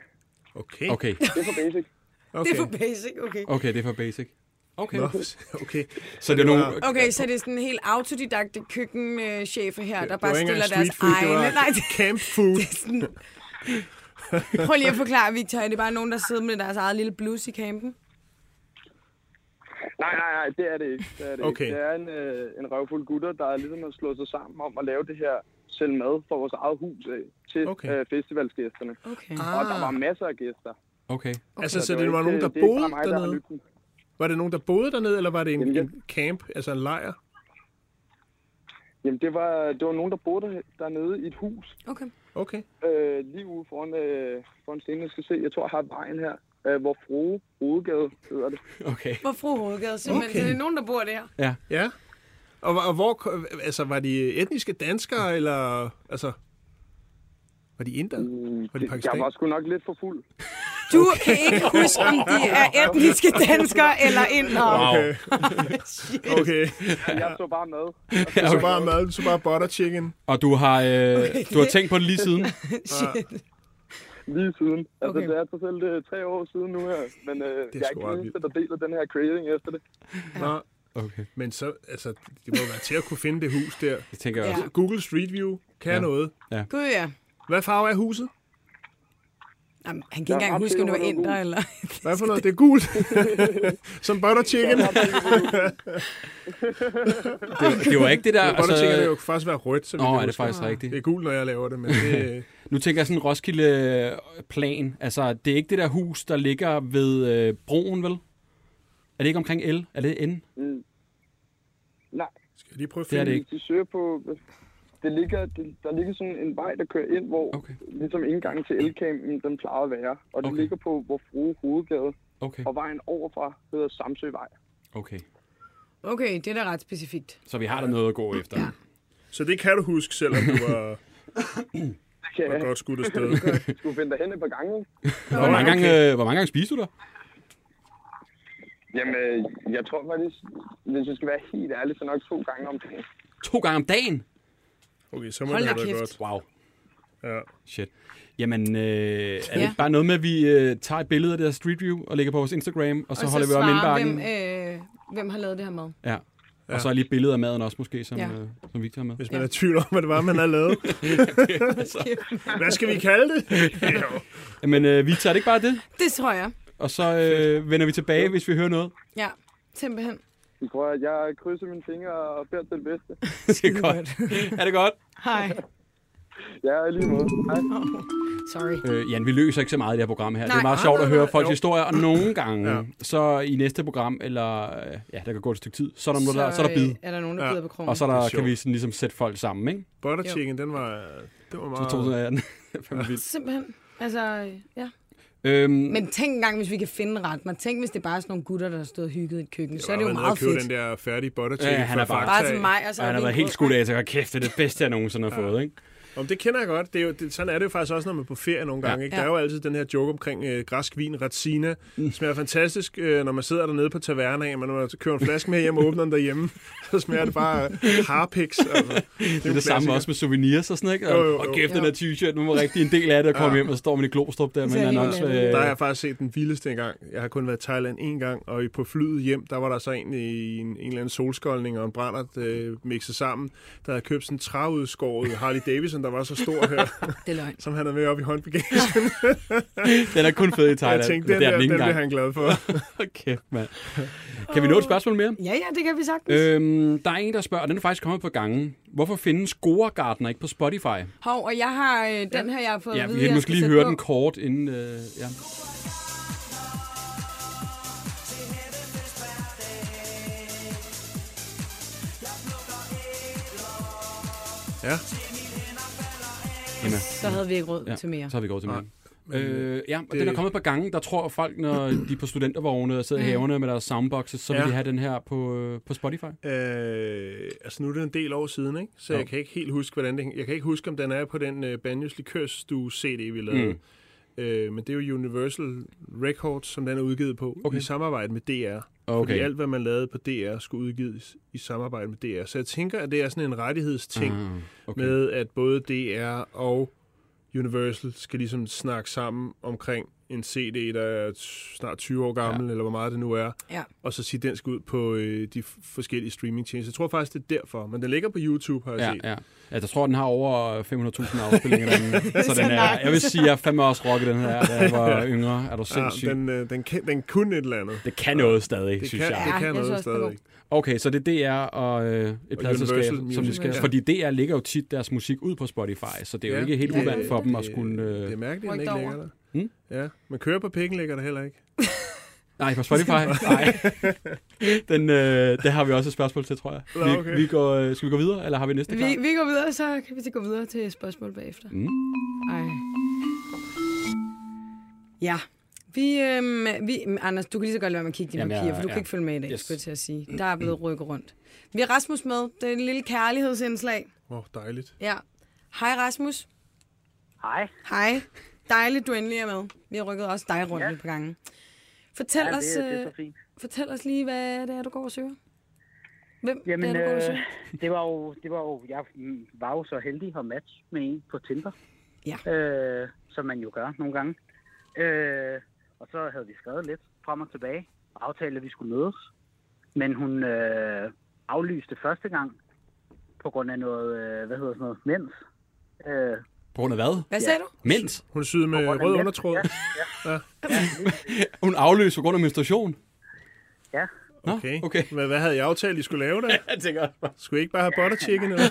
Speaker 3: Okay.
Speaker 2: Okay.
Speaker 5: Det er for basic.
Speaker 1: Det
Speaker 3: Okay.
Speaker 1: er for basic, okay.
Speaker 2: Okay, det er for basic. Okay.
Speaker 3: Nå, [laughs] okay.
Speaker 2: Så det er nogle...
Speaker 1: Okay, så det er sådan en helt autodidakte køkkenchef her, der
Speaker 3: Det
Speaker 1: bare
Speaker 3: var ikke
Speaker 1: stiller
Speaker 3: engang
Speaker 1: deres
Speaker 3: street food, det
Speaker 1: egne.
Speaker 3: var
Speaker 1: Nej, det
Speaker 3: camp food.
Speaker 1: er sådan... Prøv lige at forklare, Victor. Er det bare nogen, der sidder med deres eget lille blues i campen?
Speaker 5: Nej, nej, nej, det er det ikke. Det er, det
Speaker 3: Okay.
Speaker 5: ikke. Det er en, øh, en røvfuld gutter, der ligesom har slået sig sammen om at lave det her selv mad for vores eget hus af, til
Speaker 3: Okay.
Speaker 5: okay. øh, festivalsgæsterne.
Speaker 1: Okay.
Speaker 5: Ah. Og der var masser af gæster.
Speaker 2: Okay.
Speaker 3: Altså, så
Speaker 5: var
Speaker 3: det var
Speaker 5: ikke-
Speaker 3: nogen, der
Speaker 5: det er ikke
Speaker 3: boede
Speaker 5: bare mig, der har
Speaker 3: dernede?
Speaker 5: nydt den.
Speaker 3: Var det nogen, der boede dernede, eller var det en,
Speaker 5: Jamen, jeg-
Speaker 3: en camp, altså en lejr?
Speaker 5: Jamen, det var, det var nogen, der boede der- dernede i et hus,
Speaker 1: Okay.
Speaker 3: Okay.
Speaker 5: øh, lige ude foran, øh, foran scenen. Jeg skal se, jeg tror, jeg har vejen her, øh, hvor Frue Rodegade hedder det.
Speaker 2: Okay.
Speaker 1: Hvor fru Hovedgade, simpelthen.
Speaker 3: Okay.
Speaker 1: Okay. Så det er nogen, der bor der.
Speaker 3: Ja. Og, og hvor, altså, var de etniske danskere, eller, altså, var de indere?
Speaker 5: Mm.
Speaker 3: Var de
Speaker 5: Jeg var
Speaker 3: pakistanere?
Speaker 5: sgu nok lidt for fuld.
Speaker 1: Du kan ikke huske, om de [laughs] er etniske danskere eller indere.
Speaker 2: Wow.
Speaker 3: [laughs] Okay.
Speaker 5: Jeg så bare
Speaker 3: [laughs]
Speaker 5: med.
Speaker 3: Du så bare mad, du så bare butter chicken.
Speaker 2: Og du har, øh, du har tænkt på det lige siden.
Speaker 1: Shit.
Speaker 5: Lige siden. Altså,
Speaker 1: Okay.
Speaker 5: okay. det er trods alt øh, tre år siden nu her, men øh, jeg er
Speaker 3: sgu
Speaker 5: ikke
Speaker 3: ret
Speaker 5: den eneste, der deler den her craving efter det.
Speaker 3: Nå.
Speaker 2: Okay.
Speaker 3: Men så, altså, det må være til at kunne finde [laughs] det hus der.
Speaker 2: Det tænker jeg
Speaker 1: Ja.
Speaker 2: også.
Speaker 3: Google Street View kan
Speaker 2: Ja.
Speaker 3: ja. noget.
Speaker 1: Gud, ja.
Speaker 3: Hvad farve er huset?
Speaker 1: Jamen, han kan ikke
Speaker 5: Jeg er
Speaker 1: engang
Speaker 5: ret
Speaker 1: huske, om det var
Speaker 5: sikker på, det var
Speaker 1: indre eller...
Speaker 3: Hvad for noget? Det er gult. [laughs] Som butter chicken.
Speaker 2: Det, [laughs] det var ikke det der...
Speaker 3: butter
Speaker 2: Altså,
Speaker 3: chicken det jo faktisk være rødt, som
Speaker 2: Nå, er det faktisk rigtigt?
Speaker 3: Det er gult, når jeg laver det, men det,
Speaker 2: Nu tænker jeg sådan en Roskilde-plan. Altså, det er ikke det der hus, der ligger ved øh, broen, vel? Er det ikke omkring L? Er det N?
Speaker 5: Nej,
Speaker 3: skal jeg lige prøve at
Speaker 2: Det er
Speaker 3: finde
Speaker 2: det
Speaker 5: de,
Speaker 2: ikke.
Speaker 5: de søger på... Det ligger, det, der ligger sådan en vej, der kører ind, hvor
Speaker 2: Okay.
Speaker 5: okay. ligesom indgangen til elkampen, den plejer at være. Og det
Speaker 2: Okay.
Speaker 5: ligger på vor frue hovedgade.
Speaker 2: Okay,
Speaker 5: og vejen overfra hedder Samsøvej.
Speaker 2: okay.
Speaker 1: Okay, det er da ret specifikt.
Speaker 2: Så vi har da noget at gå efter.
Speaker 3: Så det kan du huske, selvom du var,
Speaker 5: Det kan
Speaker 3: var
Speaker 5: jeg
Speaker 3: godt skudt afsted.
Speaker 5: skulle finde dig hen et par gange. ikke?
Speaker 2: Hvor mange, gange, øh, hvor mange gange spiste du der?
Speaker 5: Jamen, øh, jeg tror faktisk, hvis jeg skal være helt ærlig, så nok to gange om dagen.
Speaker 2: To gange om dagen?
Speaker 3: Okay, så må
Speaker 1: Hold
Speaker 3: det
Speaker 1: da
Speaker 3: have været
Speaker 1: kæft.
Speaker 3: godt.
Speaker 2: Wow.
Speaker 3: Ja.
Speaker 2: Shit. Jamen, øh, er det
Speaker 1: Ja.
Speaker 2: ikke bare noget med, at vi øh, tager et billede af det her street view og lægger på vores Instagram, og så,
Speaker 1: og
Speaker 2: holder
Speaker 1: så
Speaker 2: vi om
Speaker 1: svarer,
Speaker 2: indbakken?
Speaker 1: hvem, øh, hvem har lavet det her mad?
Speaker 2: Ja. Og så er lige et billede af maden også måske, som,
Speaker 1: Ja.
Speaker 2: ja. øh, som Victor har med.
Speaker 3: Hvis man er i tvivl om, hvad det var, man havde lavet. Hvad skal vi kalde det? Jo.
Speaker 2: Men øh, vi tager det ikke bare det,
Speaker 1: Det tror jeg.
Speaker 2: og så øh, vender vi tilbage, hvis vi hører [laughs] noget.
Speaker 1: Ja, simpelthen.
Speaker 5: Jeg tror, at jeg krydser mine fingre og beder til det bedste.
Speaker 2: Det er godt. [laughs] er det godt?
Speaker 1: Hej.
Speaker 5: Ja, i lige måde. Hej.
Speaker 1: Sorry.
Speaker 2: Øh, Jan, vi løser ikke så meget i det her program her. Nej, det
Speaker 1: Nej.
Speaker 2: er meget
Speaker 1: Nej,
Speaker 2: sjovt
Speaker 1: nej,
Speaker 2: at
Speaker 1: nej.
Speaker 2: høre folks historier, og nogle gange,
Speaker 3: Ja.
Speaker 2: ja. så i næste program, eller øh, ja, der kan gå et stykke tid, så er der, så, der, så er der
Speaker 1: øh,
Speaker 2: bid,
Speaker 1: er der nogen, der
Speaker 3: Ja.
Speaker 1: bider på krogen.
Speaker 2: og så er
Speaker 3: Det er
Speaker 2: der,
Speaker 3: sjovt.
Speaker 2: kan vi sådan, ligesom sætte folk sammen, ikke?
Speaker 3: Butter
Speaker 1: Jo.
Speaker 3: chicken, den var, det var
Speaker 2: Så
Speaker 3: meget...
Speaker 2: 2018. [laughs] Fandme
Speaker 3: [laughs]
Speaker 2: vildt.
Speaker 1: Simpelthen. Altså, øh, ja.
Speaker 2: Øhm,
Speaker 1: Men tænk engang, hvis vi kan finde ret. Man tænk, hvis det bare er sådan nogle gutter, der har stået og hygget i et køkken.
Speaker 3: Jeg
Speaker 1: Så er det
Speaker 3: var
Speaker 1: jo
Speaker 3: nede og
Speaker 1: meget
Speaker 3: købe
Speaker 1: fedt.
Speaker 3: den der færdige butter chicken
Speaker 2: Ja, han er
Speaker 3: fra
Speaker 2: bare-
Speaker 3: Fakta.
Speaker 1: Bare til mig,
Speaker 3: altså,
Speaker 1: og så
Speaker 2: og han har
Speaker 1: vi
Speaker 2: været
Speaker 1: en
Speaker 2: helt
Speaker 1: rød-
Speaker 2: skudt af, så jeg kæft, det er det bedste, jeg nogensinde har fået, ikke?
Speaker 3: Om det kender jeg godt. Det er jo, det, sådan er det jo faktisk også, når man er på ferie nogle gange. Ja. Ikke? Der er jo altid den her joke omkring øh, græsk vin, Razzina. Mm. smager fantastisk, øh, når man sidder dernede på tavernaen, men når man kører en flaske med hjem og åbner den derhjemme, [laughs] så smager det bare øh, harpiks. Altså.
Speaker 2: [laughs] Det er det samme også med souvenirs og sådan, ikke?
Speaker 3: Jo, jo, jo.
Speaker 2: Og, og kæft, den der t-shirt, nu er rigtig en del af det at komme hjem, og så står man i Glostrup der, men
Speaker 1: er
Speaker 2: han
Speaker 1: helt
Speaker 2: også... øh,
Speaker 1: vanvittigt.
Speaker 3: Der har jeg faktisk set den vildeste engang. Jeg har kun været i Thailand en gang, og i- på flyet hjem, der var der så en i en, en eller anden solskoldning og en brændert øh, mixet sammen, der havde købt sådan en træudskåret Harley Davidson, der var så stor her, [laughs]
Speaker 1: Det er løgn.
Speaker 3: som han havde med op i håndbagagen.
Speaker 2: Den er kun fed i Thailand.
Speaker 3: Jeg tænkte, den,
Speaker 2: det
Speaker 3: der,
Speaker 2: er den
Speaker 3: den
Speaker 2: ikke
Speaker 3: bliver
Speaker 2: engang.
Speaker 3: han glad for.
Speaker 2: [laughs] Hold kæft, mand. Kan vi nå et spørgsmål mere?
Speaker 1: Ja, ja, det kan vi sagtens. Øh.
Speaker 2: Øhm, der er en, der spørger, og den er faktisk kommet på gangen. Hvorfor findes Gordgartner ikke på Spotify?
Speaker 1: Hov, og jeg har øh, den her, jeg har fået
Speaker 2: Ja,
Speaker 1: at
Speaker 2: vi
Speaker 1: vide,
Speaker 2: kan
Speaker 1: jeg
Speaker 2: måske
Speaker 1: skal
Speaker 2: lige
Speaker 1: sætte
Speaker 2: høre
Speaker 1: på.
Speaker 2: den kort inden... Øh, ja.
Speaker 3: Ja.
Speaker 2: Emma.
Speaker 1: Så havde vi ikke råd
Speaker 2: Ja,
Speaker 1: til mere.
Speaker 2: Så har vi gået til mere. Øh, ja, og
Speaker 3: det-
Speaker 2: den er kommet på gangen. Der tror folk, når de er på studentervogne og sidder
Speaker 1: Mm.
Speaker 2: i haverne med deres soundboxes, så vil
Speaker 3: Ja.
Speaker 2: de have den her på, øh, på Spotify.
Speaker 3: Øh, altså nu er det en del år siden, ikke? Så
Speaker 2: Jo.
Speaker 3: jeg kan ikke helt huske, hvordan det Jeg kan ikke huske, om den er på den øh, Banjos Likørstue CD, vi lavede. Mm. Øh, men det er jo Universal Records, som den er udgivet på, okay. i samarbejde med DR. Okay. Fordi
Speaker 2: Okay.
Speaker 3: alt, hvad man lavede på DR, skulle udgives i samarbejde med DR. Så jeg tænker, at det er sådan en rettighedsting
Speaker 2: Ah, okay.
Speaker 3: Mm, okay. med, at både DR og Universal skal ligesom snakke sammen omkring en CD, der er t- snart 20 år gammel, ja. eller hvor meget det nu er,
Speaker 1: Ja.
Speaker 3: og så sige, at den skal ud på øh, de f- forskellige streamingtjenester. Jeg tror faktisk, det er derfor, men den ligger på YouTube, har jeg
Speaker 2: Ja,
Speaker 3: set.
Speaker 2: ja. Altså, jeg tror, den har over 500.000
Speaker 1: [laughs]
Speaker 2: afspillinger. Den, så den er,
Speaker 1: nice.
Speaker 2: jeg vil sige, at jeg fandme også rockede den her, da jeg
Speaker 1: [laughs]
Speaker 2: var yngre. Er du sindssyg?
Speaker 3: Ja, den, øh, den, kan, den kunne et eller andet.
Speaker 2: Det kan noget stadig,
Speaker 3: Det
Speaker 2: synes
Speaker 3: kan,
Speaker 2: jeg.
Speaker 3: det
Speaker 1: Ja, jeg
Speaker 3: kan
Speaker 1: synes
Speaker 3: noget
Speaker 1: også, det var
Speaker 3: stadig.
Speaker 2: Okay, så det er DR og øh, et pladselskab,
Speaker 3: Universal
Speaker 2: som de
Speaker 3: Music,
Speaker 2: skal...
Speaker 3: ja.
Speaker 2: Fordi DR lægger jo tit deres musik ud på Spotify, så det er jo
Speaker 3: Ja,
Speaker 2: ikke helt
Speaker 3: det-
Speaker 2: uvandt for dem at
Speaker 3: det-
Speaker 2: skulle...
Speaker 3: Det er
Speaker 2: Øh,
Speaker 3: mærkeligt, at den
Speaker 1: Rykt
Speaker 3: ikke
Speaker 1: over.
Speaker 3: ligger der.
Speaker 2: Hmm?
Speaker 3: Ja, men kører på pikken ligger der heller ikke.
Speaker 2: nej, på Spotify?
Speaker 3: [laughs]
Speaker 2: nej. Den, øh, det har vi også et spørgsmål til, tror jeg.
Speaker 3: Nå,
Speaker 2: Vi,
Speaker 3: okay.
Speaker 2: vi går, øh, skal vi gå videre, eller har vi næste
Speaker 1: Vi,
Speaker 2: klar?
Speaker 1: vi går videre, så kan vi så gå videre til spørgsmål bagefter.
Speaker 2: Mm.
Speaker 1: Ej. Ja. Vi, øhm, vi, Anders, du kan lige så godt lade være med at kigge i dine
Speaker 2: Jamen, jeg-
Speaker 1: papirer, for du kan
Speaker 2: ja.
Speaker 1: ikke følge med i dag,
Speaker 2: Yes. Mm.
Speaker 1: yes. skulle jeg til at sige. Der er blevet rykket rundt. Vi har Rasmus med. Det er en lille kærlighedsindslag.
Speaker 3: Åh, oh, dejligt.
Speaker 1: Ja. Hej Rasmus.
Speaker 6: Hej.
Speaker 1: Hej. Dejligt, du endelig er med. Vi har rykket også dig rundt ja.
Speaker 6: Ja.
Speaker 1: et par gange. Fortæl,
Speaker 6: Ja,
Speaker 1: os,
Speaker 6: det, det er
Speaker 1: øh,
Speaker 6: så fint.
Speaker 1: fortæl os lige, hvad det er, du går og søger. Hvem
Speaker 6: Jamen,
Speaker 1: det er, du går og søger?
Speaker 6: øh, det var jo, det var jo, jeg mm, var jo så heldig at matche med en på Tinder.
Speaker 1: Ja.
Speaker 6: Øh, som man jo gør nogle gange. Øh, og så havde vi skrevet lidt frem og tilbage og aftalt, at vi skulle mødes. Men hun øh, aflyste første gang på grund af noget, øh, hvad hedder sådan noget, mens. Øh,
Speaker 2: På grund af hvad?
Speaker 1: Hvad sagde du?
Speaker 2: Mens?
Speaker 3: Hun syede med
Speaker 6: grund af
Speaker 3: rød
Speaker 6: mænd.
Speaker 3: undertråd.
Speaker 2: Hun afløser på grund af menstruation?
Speaker 6: ja,
Speaker 2: Nå,
Speaker 3: Okay.
Speaker 2: okay.
Speaker 3: Hvad, hvad havde I aftalt, I skulle lave
Speaker 2: [laughs]
Speaker 3: der?
Speaker 2: Jeg tænker også bare...
Speaker 3: Skulle I ikke bare have butter chicken? Eller?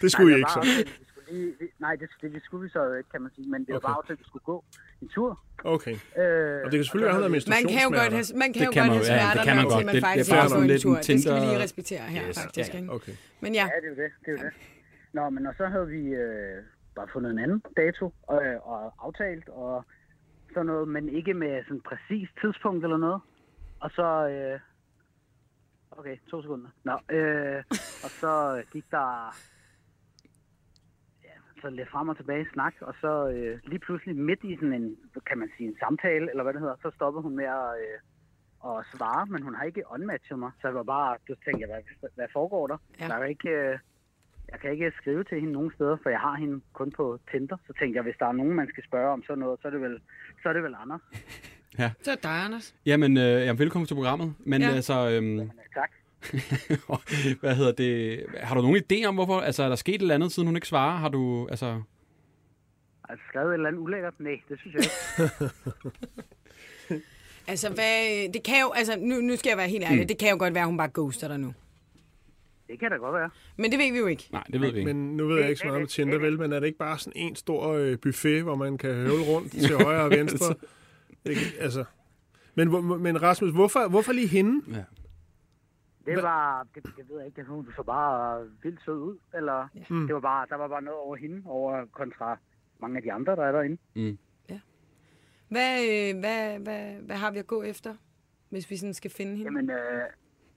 Speaker 3: det skulle I
Speaker 6: der
Speaker 3: ikke,
Speaker 6: var
Speaker 3: så.
Speaker 6: aftalt, at vi skulle lige, vi, nej, det, det, det skulle vi så ikke, kan man sige. Men det var
Speaker 3: Okay.
Speaker 6: bare aftalt, at vi skulle gå en tur.
Speaker 3: Okay.
Speaker 6: Øh,
Speaker 3: Og det kan
Speaker 6: så
Speaker 3: selvfølgelig være, at han
Speaker 6: havde
Speaker 3: havde
Speaker 6: vi-
Speaker 1: Man kan jo godt
Speaker 3: menstruationssmerter.
Speaker 1: have, man kan
Speaker 2: Det
Speaker 1: jo
Speaker 2: kan
Speaker 1: godt
Speaker 2: man jo,
Speaker 1: have
Speaker 2: ja, det
Speaker 1: smerter,
Speaker 2: kan man
Speaker 1: når
Speaker 2: godt.
Speaker 1: man
Speaker 2: Det-
Speaker 1: faktisk
Speaker 2: det er
Speaker 1: har
Speaker 2: sådan
Speaker 1: fået en
Speaker 2: lidt en
Speaker 1: tur. Det skal vi lige
Speaker 2: Tinder-
Speaker 1: respektere her,
Speaker 2: Yes,
Speaker 1: faktisk.
Speaker 2: ja, ja.
Speaker 1: Ikke?
Speaker 3: Okay.
Speaker 1: Men ja,
Speaker 6: Ja, det er jo det. det, er jo det. Nå, men og så havde vi øh, bare fundet en anden dato og, og øh, aftalt, og sådan noget, men ikke med sådan præcis tidspunkt eller noget. Og så... Øh, okay, to sekunder. Nå, øh, og så gik der ja, så lidt frem og tilbage snak, og så øh, lige pludselig midt i sådan en, kan man sige, en samtale, eller hvad det hedder, så stoppede hun med at, øh, at svare, men hun har ikke unmatchet mig, så jeg var bare, så tænkte jeg, hvad, hvad foregår der?
Speaker 1: Ja.
Speaker 6: Ja. Jeg, kan ikke, øh, jeg kan ikke skrive til hende nogen steder, for jeg har hende kun på Tinder, så tænkte jeg, hvis der er nogen, man skal spørge om sådan noget, så er det vel, så er det vel Anders.
Speaker 1: Så er det dig, Anders.
Speaker 2: Jamen, øh, jamen, velkommen til programmet. Men
Speaker 1: Ja.
Speaker 2: ja. altså, øhm, [laughs]
Speaker 6: Men, øh, tak.
Speaker 2: hvad hedder det? Har du nogen idé om, hvorfor? Altså, er der sket et eller andet, siden hun ikke svarer? Har du, altså...
Speaker 6: Har jeg skrevet et eller andet ulækkert? Nej, det synes jeg [laughs] ikke.
Speaker 1: Altså, hvad, øh, det kan jo, altså, nu, nu skal jeg være helt ærlig, mm. det kan jo godt være, at hun bare ghoster dig nu.
Speaker 6: Det kan da godt være.
Speaker 1: Men det ved vi jo ikke.
Speaker 2: Nej, det ved vi ikke.
Speaker 3: Men nu ved jeg ikke så meget om Tinder, vel, men er det ikke bare sådan en stor øh, buffet, hvor man kan høvle rundt til højre og venstre? Ikke? Altså. Men, hvor- men Rasmus, hvorfor, hvorfor lige hende?
Speaker 2: Ja.
Speaker 6: Det var, det, det ved jeg ikke, hun så bare vildt sød ud, eller mm. det var bare, der var bare noget over hende, over kontra mange af de andre, der er derinde.
Speaker 1: Hvad, øh, hvad, hvad, hvad har vi at gå efter, hvis vi sådan skal finde hende?
Speaker 6: Jamen, øh,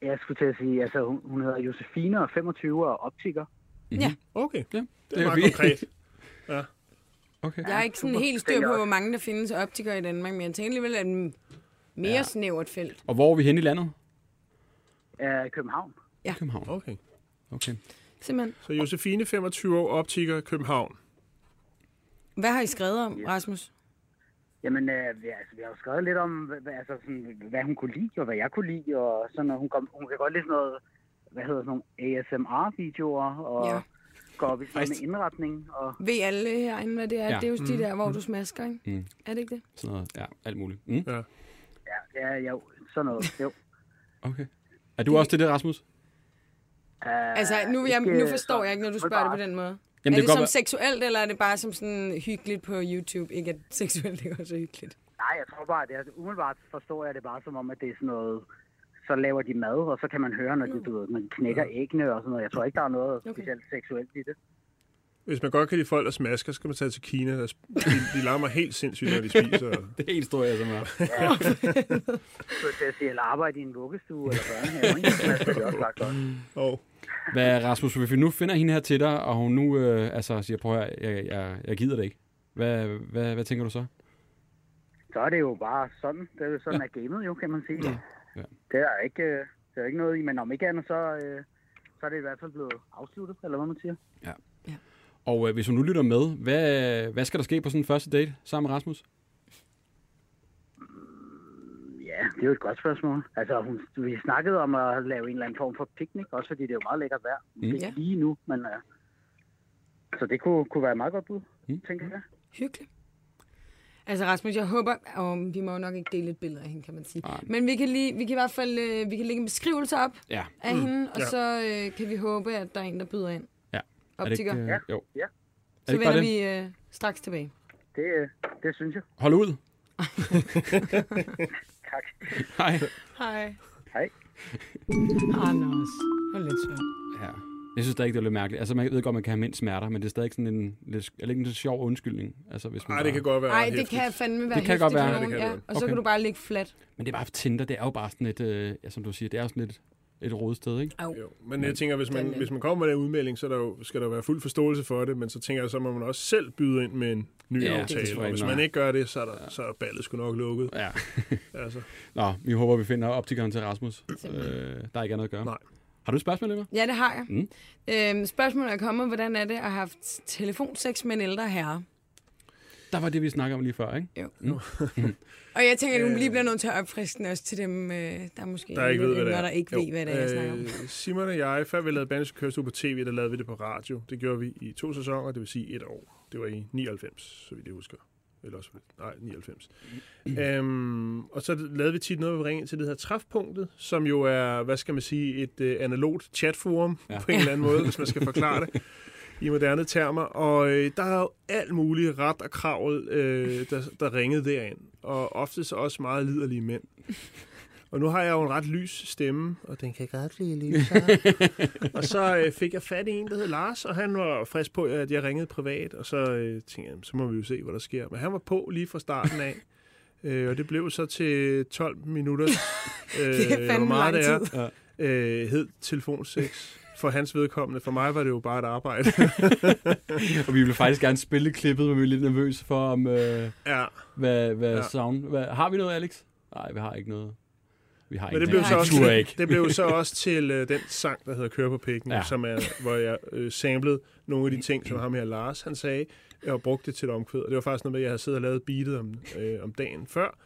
Speaker 6: jeg skulle til at sige, altså hun, hun hedder Josefine og 25 og optiker.
Speaker 3: Okay,
Speaker 2: Ja,
Speaker 3: det er meget [laughs]
Speaker 2: fint.
Speaker 3: konkret.
Speaker 2: Okay.
Speaker 1: Jeg er ikke sådan
Speaker 6: super.
Speaker 1: helt
Speaker 6: Det
Speaker 1: styr
Speaker 6: er
Speaker 1: på,
Speaker 6: jeg
Speaker 1: hvor mange der findes optikere i Danmark, men jeg tænker alligevel, at en mere ja. snævert felt.
Speaker 2: Og hvor er vi henne i landet?
Speaker 6: Øh, i København.
Speaker 2: København.
Speaker 3: Okay.
Speaker 2: Okay.
Speaker 1: Simpelthen.
Speaker 3: Så Josefine, 25 år, optiker, København.
Speaker 1: Hvad har I skrevet om, Rasmus?
Speaker 6: Jamen, øh, vi, altså, vi har jo skrevet lidt om, hvad- hvad, altså, sådan, hvad hun kunne lide, og hvad jeg kunne lide, og sådan noget. Hun, kom, hun kan godt lide sådan noget, hvad hedder sådan nogle ASMR-videoer, og
Speaker 1: Ja.
Speaker 6: ja. går op i sådan noget med indretning, og
Speaker 1: Ved alle herinde, hvad det er? Ja.
Speaker 2: Ja.
Speaker 1: Det er jo de der, hvor du smasker, ikke?
Speaker 2: Mm.
Speaker 1: Er det ikke det?
Speaker 2: Sådan noget. Ja, alt muligt. Mm.
Speaker 3: Ja.
Speaker 6: ja, ja, ja sådan noget. Jo.
Speaker 2: Okay. Er du også til det, Rasmus?
Speaker 6: Uh,
Speaker 1: [laughs] Altså, nu, jeg, nu forstår jeg ikke, når du spørger det på den måde. Jamen, er
Speaker 2: det
Speaker 1: det,
Speaker 2: kan
Speaker 1: som
Speaker 2: godt
Speaker 1: seksuelt, eller er det bare som sådan hyggeligt på YouTube? Ikke at seksuelt ikke også er hyggeligt.
Speaker 6: Nej, jeg tror bare, det er, umiddelbart forstår jeg det bare som om, at det er sådan noget, så laver de mad, og så kan man høre, når
Speaker 1: Mm.
Speaker 6: de, du ved, man knækker æggene og sådan noget. Jeg tror ikke, der er noget okay. specielt seksuelt i det.
Speaker 3: Hvis man godt kan lide folk, der smasker, så skal man tage til Kina. Der, sp- de, de larmer helt sindssygt, når de [laughs] spiser.
Speaker 2: [laughs] Det er en historie, som er.
Speaker 6: Så til at sige, eller arbejde i en vuggestue eller børnehave. [laughs] ikke? Altså, Det smager selvfølgelig også ret godt.
Speaker 3: Og
Speaker 2: [laughs] Hvad, Rasmus, hvis vi nu finder hende her til dig, og hun nu øh, altså, siger, prøv at høre, jeg, jeg, jeg gider det ikke. Hvad, hvad, hvad tænker du så?
Speaker 6: Så er det jo bare sådan. Det er jo sådan, at gamet jo, kan man sige.
Speaker 2: Ja.
Speaker 6: Det er ikke, øh, det er ikke noget i, men om ikke andet, så, øh, så er det i hvert fald blevet afsluttet, eller hvad man siger.
Speaker 2: Og øh, hvis hun nu lytter med, hvad, hvad skal der ske på sådan en første date sammen med Rasmus?
Speaker 6: Ja, det er jo et godt spørgsmål. Altså, hun, vi snakkede om at lave en eller anden form for picnic, også fordi det er jo meget lækkert vejr. Mm. Det er
Speaker 1: Ja.
Speaker 6: ikke lige nu, men... Uh, så det kunne, kunne være et meget godt bud, mm. tænker jeg.
Speaker 1: Hyggeligt. Altså Rasmus, jeg håber, og vi må jo nok ikke dele et billede af hende, kan man sige. Ej. Men vi kan, lige, vi kan i hvert fald øh, vi kan lægge en beskrivelse op
Speaker 2: Ja.
Speaker 1: af mm. hende, og
Speaker 3: Ja.
Speaker 1: så øh, kan vi håbe, at der er en, der byder ind.
Speaker 2: ja.
Speaker 1: Optiker.
Speaker 2: Er det ikke,
Speaker 6: Ja.
Speaker 2: øh, jo.
Speaker 6: Ja.
Speaker 2: Er
Speaker 1: Så
Speaker 2: det ikke bare
Speaker 1: vender
Speaker 2: det?
Speaker 1: vi øh, straks tilbage.
Speaker 6: Det, øh, det synes jeg.
Speaker 2: Hold
Speaker 1: [laughs]
Speaker 2: ud.
Speaker 6: Tak.
Speaker 2: Hej.
Speaker 1: Hej.
Speaker 6: Hej.
Speaker 1: Anders. Hold lidt svært.
Speaker 2: Ja. Jeg synes da ikke, det er lidt mærkeligt. Altså, man ved godt, man kan have mindst smerter, men det er stadig sådan en, lidt, er det ikke en lidt sjov undskyldning. Altså, hvis man
Speaker 3: nej, det
Speaker 2: bare-
Speaker 3: kan godt være
Speaker 1: Nej,
Speaker 3: ret
Speaker 1: det
Speaker 3: hæftigt.
Speaker 1: kan fandme være
Speaker 2: Det kan godt være.
Speaker 1: hæftigt for
Speaker 2: Ja, det
Speaker 3: kan
Speaker 1: nogen, ja.
Speaker 3: det
Speaker 1: Og så
Speaker 2: Okay.
Speaker 1: kan du bare ligge flat.
Speaker 2: Men det er bare Tinder, det er jo bare sådan et, øh, ja, som du siger, det er jo sådan et, et rodet sted, ikke?
Speaker 3: Jo, men jeg tænker, hvis man, hvis man kommer med den øh, udmelding, så er der jo, skal der være fuld forståelse for det, men så tænker jeg, så må man også selv byde ind med en ny
Speaker 2: Ja,
Speaker 3: ja,
Speaker 2: det
Speaker 3: aftale.
Speaker 2: tror jeg
Speaker 3: og hvis
Speaker 2: ikke,
Speaker 3: man
Speaker 2: nej.
Speaker 3: ikke gør det, så er, der, så er ballet sgu nok lukket.
Speaker 2: Ja.
Speaker 3: Altså,
Speaker 2: Nå, vi håber, vi finder optikeren til Rasmus. Øh, der er ikke andet at gøre.
Speaker 3: Nej.
Speaker 2: Har du et spørgsmål, Emma?
Speaker 1: Ja, det har jeg.
Speaker 2: Mm.
Speaker 1: Øhm, spørgsmålet er kommet, hvordan er det at have haft telefonsex med en ældre herre?
Speaker 2: Der var det, vi snakkede om lige før, ikke?
Speaker 1: Og jeg tænker, at du lige bliver nødt til at opfriske den også til dem, øh, der måske
Speaker 3: der ikke ved, hvad det er.
Speaker 1: der ikke ved, hvad det er, jeg snakker om.
Speaker 3: øh, Simon og jeg, før vi lavede Bandisk Kørestue på tv, der lavede vi det på radio. Det gjorde vi i to sæsoner, det vil sige et år. Det var i 99, så vidt jeg husker. Eller også, nej, 99. øhm, og så lavede vi tit noget, hvor vi ringede ind til det her træfpunktet, som jo er, hvad skal man sige, et øh, analogt chatforum ja. på en eller anden måde, hvis man skal forklare det i moderne termer. Og øh, der er jo alt muligt ret og kravl, øh, der, der ringede derind. Og ofte så også meget liderlige mænd. Og nu har jeg jo en ret lys stemme, og den kan godt blive
Speaker 1: [laughs]
Speaker 3: lysere. og så øh, fik jeg fat i en, der hed Lars, og han var frisk
Speaker 1: [laughs]
Speaker 3: på, at jeg ringede privat, og så øh, tænkte jeg, "Jamen, så må vi jo se, hvad der sker. Men han var på lige fra starten af. Øh, og det blev så til 12 minutter. øh,
Speaker 1: Det er
Speaker 3: hvor
Speaker 1: fandme
Speaker 3: meget
Speaker 1: lang
Speaker 3: det er.
Speaker 1: tid.
Speaker 3: Øh, hed telefonsex. For hans vedkommende. For mig var det jo bare et arbejde.
Speaker 1: [laughs]
Speaker 2: Og vi ville faktisk gerne spille klippet, men vi er lidt nervøse for, om, øh,
Speaker 3: ja.
Speaker 2: hvad, hvad ja.
Speaker 3: Ja.
Speaker 2: sound... Hvad, har vi noget, Alex? Nej, vi har ikke noget. Vi har
Speaker 3: Men
Speaker 2: ikke
Speaker 3: det blev,
Speaker 2: noget.
Speaker 3: så
Speaker 2: Vi
Speaker 3: også,
Speaker 2: turde
Speaker 3: til,
Speaker 2: ikke.
Speaker 3: det blev
Speaker 2: [laughs]
Speaker 3: så også til øh, den sang, der hedder Køre på pikken,
Speaker 2: Ja.
Speaker 3: ja. som er, hvor jeg øh, samlede nogle af de ting, som ham her Lars han sagde, og brugte det til et omkvæd. Og det var faktisk noget med, at jeg havde siddet og lavet beatet om, øh, om dagen før,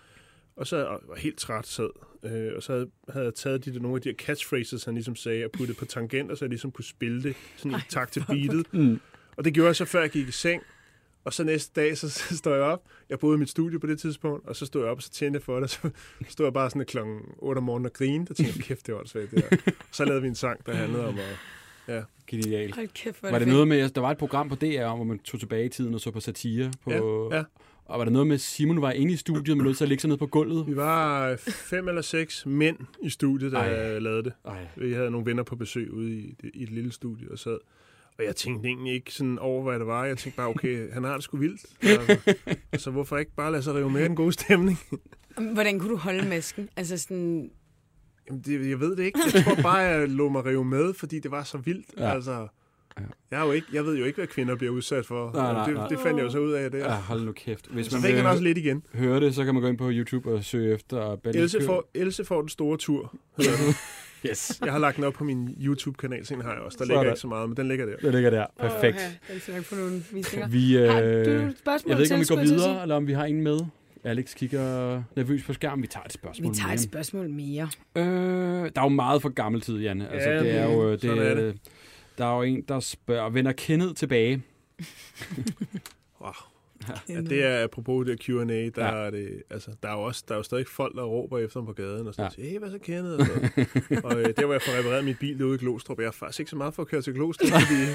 Speaker 3: og så og var helt træt sad. Øh, og så havde, havde jeg taget de, der- nogle af de her catchphrases, han ligesom sagde, og puttet på tangenter, så jeg ligesom kunne spille det sådan i takt til beatet.
Speaker 2: Mm.
Speaker 3: Og det gjorde jeg så, før jeg gik i seng. Og så næste dag, så, så står jeg op. Jeg boede i mit studie på det tidspunkt, og så stod jeg op, og så tjente jeg for det. og Så stod jeg bare sådan klokken 8 om morgenen og grinede, og tænkte, kæft, det var åndssvagt, det der. Og så lavede vi en sang, der handlede om at...
Speaker 2: Genialt.
Speaker 1: Hold kæft, hvor er
Speaker 2: Var det
Speaker 1: fedt.
Speaker 2: noget med, at der var et program på DR, hvor man tog tilbage i tiden og så på satire? På,
Speaker 3: Ja, ja.
Speaker 2: Og var der noget med, at Simon var inde i studiet, men nødt til at ligge sig ned på gulvet?
Speaker 3: Vi var øh, fem eller seks mænd i studiet, der
Speaker 2: Ej.
Speaker 3: Ej. lavede det.
Speaker 2: Ej.
Speaker 3: Vi havde nogle venner på besøg ude i, i et lille studie og sad. Og jeg tænkte egentlig ikke sådan over, hvad det var. Jeg tænkte bare, okay, han har det sgu vildt. Altså, så hvorfor ikke bare lade sig rive med i den gode stemning?
Speaker 1: Hvordan kunne du holde masken? Altså sådan...
Speaker 3: Jamen, det, jeg ved det ikke. Jeg tror bare, jeg lå mig rive med, fordi det var så vildt.
Speaker 2: Ja.
Speaker 3: Ja. Altså, jeg, er jo ikke, jeg ved jo ikke, hvad kvinder bliver udsat for.
Speaker 2: Nej, nej,
Speaker 3: Og det,
Speaker 2: nej.
Speaker 3: det fandt jeg jo så ud af der.
Speaker 2: Ja, Ah, Øh, hold nu kæft. Hvis
Speaker 3: Så
Speaker 2: man
Speaker 3: fik
Speaker 2: vil
Speaker 3: han også lidt igen.
Speaker 2: høre det, så kan man gå ind på YouTube og søge efter Benny
Speaker 3: Else
Speaker 2: Køhl.
Speaker 3: får, Else får den store tur. hedder den.
Speaker 1: [laughs]
Speaker 2: Yes,
Speaker 3: Jeg har lagt den op på min YouTube-kanal, sen har jeg også. Der
Speaker 2: Sådan.
Speaker 3: ligger ikke så meget, men den ligger der.
Speaker 2: det ligger der. Perfekt.
Speaker 1: Åh, [laughs] den skal nok få nogle visninger.
Speaker 2: Vi, øh,
Speaker 1: Har du et spørgsmål
Speaker 2: jeg ved ikke, om vi
Speaker 1: til,
Speaker 2: går
Speaker 1: skulle jeg til at
Speaker 2: videre, eller om vi har en med. Alex kigger nervøs på skærmen. Vi tager et
Speaker 1: sige?
Speaker 2: spørgsmål.
Speaker 1: Vi tager et
Speaker 2: mere.
Speaker 1: spørgsmål mere.
Speaker 2: Øh, der er jo meget for gammel tid, Janne. Altså,
Speaker 3: Ja,
Speaker 2: det er jo, øh, det,
Speaker 3: sådan er det.
Speaker 2: øh, Der er jo en, der spørger, vender kendet tilbage.
Speaker 3: Ja, det er apropos det Q&A, der,
Speaker 2: Ja.
Speaker 3: ja. er det, altså, der, er jo også, der er jo stadig folk, der råber efter ham på gaden og sådan
Speaker 2: Ja.
Speaker 3: ja. hey, hvad så kendet? Og, sådan. og øh, der, hvor jeg får repareret min bil derude i Glostrup, jeg er faktisk ikke så meget for at køre til Glostrup, fordi